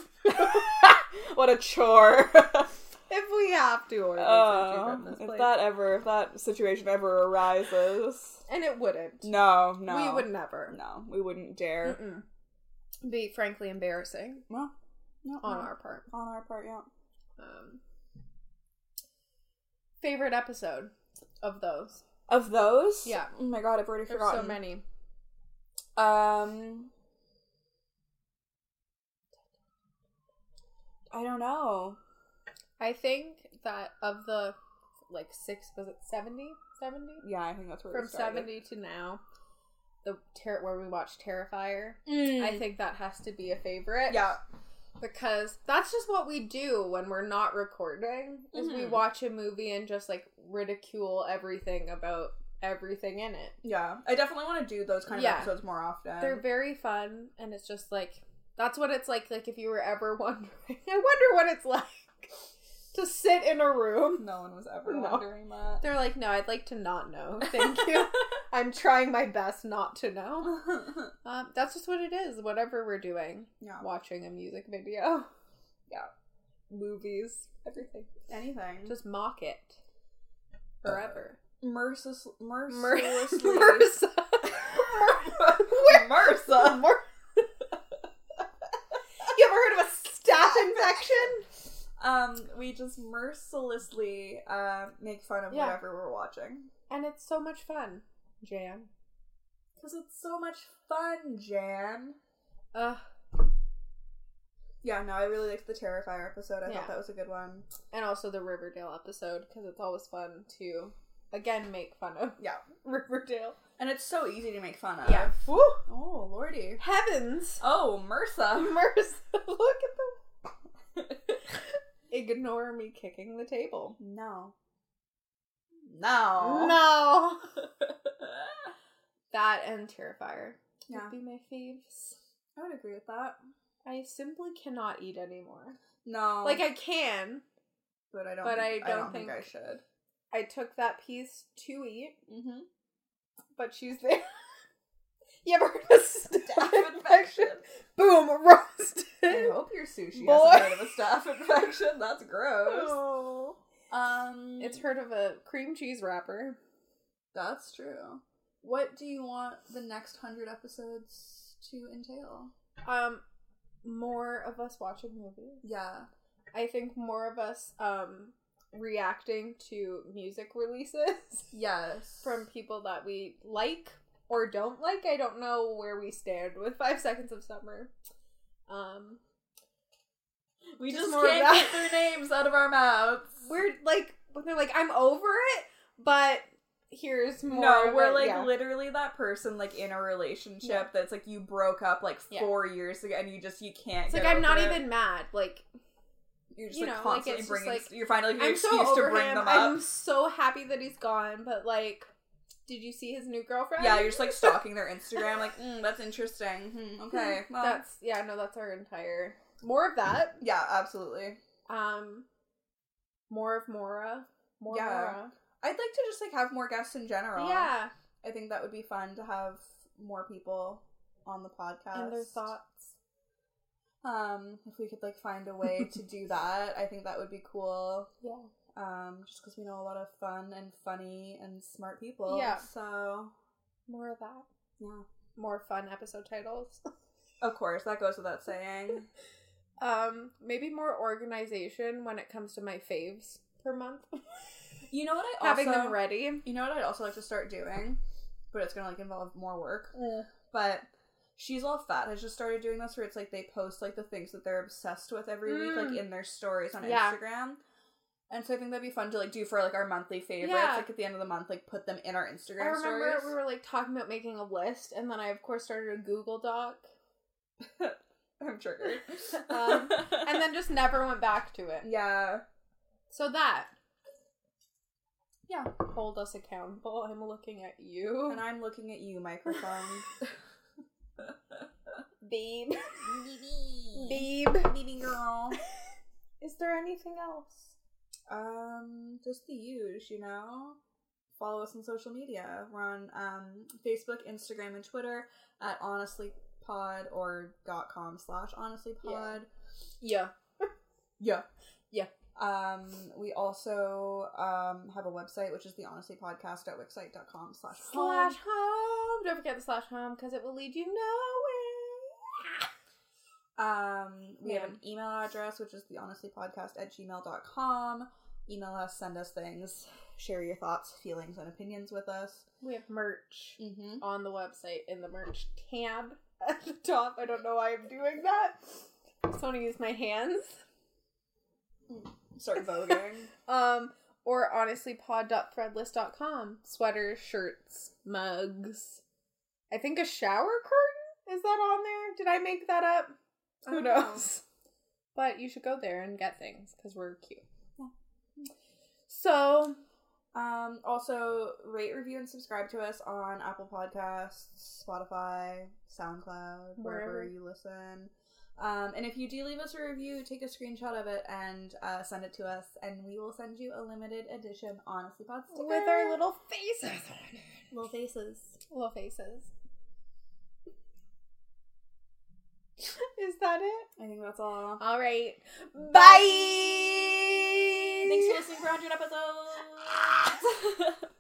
B: what a chore.
C: if we have to order sushi
B: Oh,
C: from this
B: if
C: place,
B: that ever, if that situation ever arises,
C: and it wouldn't.
B: no, no,
C: We would never.
B: No, we wouldn't dare.
C: Mm-mm. Be frankly embarrassing
B: Well, no,
C: on
B: no.
C: our part.
B: on our part, yeah.
C: Um, favorite episode of those?
B: Of those,
C: Yeah.
B: Oh my god, I've already
C: There's
B: forgotten.
C: so many.
B: Um, I don't know.
C: I think that of the like six was it 70? 70?
B: Yeah, I think that's where
C: From
B: we started.
C: seventy to now, the ter- where we watched Terrifier.
B: Mm.
C: I think that has to be a favorite.
B: yeah,
C: because that's just what we do when we're not recording. Is we
B: Mhm.
C: watch a movie and just like ridicule everything about everything in it.
B: Yeah, I definitely want to do those kind of
C: Yeah.
B: episodes more often.
C: They're very fun, and it's just like that's what it's like. Like if you were ever wondering, I wonder what it's like to sit in a room.
B: no one was ever
C: No.
B: wondering that.
C: They're like, no, I'd like to not know. Thank you. I'm trying my best not to know. Um, that's just what it is. Whatever we're doing,
B: yeah,
C: watching a music video,
B: Yeah.
C: movies, everything.
B: anything. Just
C: Just mock it forever.
B: merciless, mercilessly.
C: Mercy.
B: Mercil-
C: You ever heard of a staph infection?
B: Um, we just mercilessly uh, make fun of
C: Yeah.
B: whatever we're watching
C: And it's so much fun, Jan.
B: because it's so much fun, Jan.
C: Ugh.
B: Yeah, no, I really liked the Terrifier episode. I
C: Yeah.
B: thought that was a good one.
C: And also the Riverdale episode because it's always fun to again make fun of
B: Yeah,
C: Riverdale.
B: and it's so easy to make fun of.
C: Yeah. Woo!
B: Oh lordy.
C: Heavens,
B: Oh, Mersa.
C: mercy! Look at them. Ignore me kicking the table.
B: No. No.
C: No. That and Terrifier
B: Yeah.
C: would be my faves.
B: I would agree with that.
C: I simply cannot eat anymore.
B: No.
C: Like I can.
B: but I don't
C: but I
B: I
C: don't
B: don't think,
C: think-
B: I should.
C: I took that piece to eat,
B: Mm-hmm.
C: but she's there. you ever heard of staph infection? Boom,
B: I
C: roasted.
B: hope your sushi
C: Boy.
B: has a bit of a staph infection. That's gross.
C: Oh.
B: Um
C: It's heard of a cream cheese wrapper.
B: that's true. What do you want the next hundred episodes to entail?
C: Um, more of us watching movies.
B: Yeah.
C: I think more of us um reacting to music releases.
B: Yes.
C: from people that we like or don't like. I don't know where we stand with Five Seconds of Summer. Um,
B: we
C: just
B: just
C: more of
B: can't
C: that.
B: get their names out of our mouths.
C: we're like when they're like, "I'm over it," but here's more.
B: No,
C: of
B: we're
C: it.
B: like
C: Yeah.
B: literally that person like in a relationship
C: Yeah.
B: that's like you broke up like
C: Yeah.
B: four years ago and you just you can't.
C: it's
B: get
C: like I'm not
B: over it.
C: even mad. Like
B: You're just
C: you
B: like
C: know, like,
B: constantly
C: it's just,
B: bringing.
C: like,
B: you're finally like, an
C: I'm
B: excuse
C: so
B: to
C: over
B: bring
C: him.
B: them
C: I'm
B: up.
C: so happy that he's gone. But like, did you see his new girlfriend?
B: Yeah, you're just like stalking their Instagram. Like, mm, that's interesting. Hmm, okay, well,
C: that's yeah. No, that's our entire more of that.
B: yeah, absolutely.
C: Um, more of Mora. More
B: Yeah.
C: Mora.
B: I'd like to just like have more guests in general.
C: Yeah.
B: I think that would be fun to have more people on the podcast
C: and their thoughts.
B: Um, if we could like find a way to do that, I think that would be cool.
C: Yeah.
B: um, just because we know a lot of fun and funny and smart people.
C: Yeah.
B: So,
C: More of that.
B: yeah.
C: More fun episode titles.
B: Of course, that goes without saying.
C: Um, maybe more organization when it comes to my faves per month.
B: You know what I also
C: Having them ready.
B: You know what I'd also like to start doing, but it's gonna like involve more work. But she's all fat has just started doing this where it's like they post like the things that they're obsessed with every week,
C: Mm.
B: like in their stories on
C: Yeah.
B: Instagram. And so I think that'd be fun to like do for like our monthly favorites,
C: Yeah.
B: like at the end of the month, like put them in our Instagram
C: I remember
B: stories.
C: we were like talking about making a list, and then I of course started a Google Doc,
B: I'm triggered.
C: Um, and then just never went back to it.
B: yeah.
C: So that,
B: Yeah.
C: hold us accountable. I'm looking at you,
B: And I'm looking at you, microphone.
C: babe,
B: Baby
C: babe.
B: girl.
C: Is there anything else?
B: Um, just the use, you know. Follow us on social media. We're on um, Facebook, Instagram, and Twitter at honestlypod or dot com slash honestlypod.
C: Yeah.
B: Yeah.
C: Yeah.
B: Um, we also um, have a website, which is the honestlypodcast at wixsite.com slash
C: Slash home. Don't forget the slash home because it will lead you nowhere.
B: Um, we have
C: Yeah.
B: an email address, which is the honestlypodcast at gmail.com. Email us, send us things, share your thoughts, feelings, and opinions with us.
C: We have merch
B: Mm-hmm.
C: on the website in the merch tab at the top. I don't know why I'm doing that. I just want to use my hands.
B: Start voting.
C: Um, or honestlypod.threadless.com. Sweaters, shirts, mugs. I think a shower curtain? Is that on there? Did I make that up?
B: I
C: Who
B: don't know.
C: knows? But you should go there and get things because we're cute.
B: Yeah.
C: So
B: Um, also, rate, review, and subscribe to us on Apple Podcasts, Spotify, SoundCloud, wherever,
C: Wherever.
B: you listen. Um, and if you do leave us a review, take a screenshot of it and uh, send it to us, and we will send you a limited edition Honestly Pod sticker
C: with our little faces.
B: little faces.
A: Little faces.
C: Is that it?
B: I think that's all.
C: All right. Bye.
B: Thanks for listening for 100 episodes.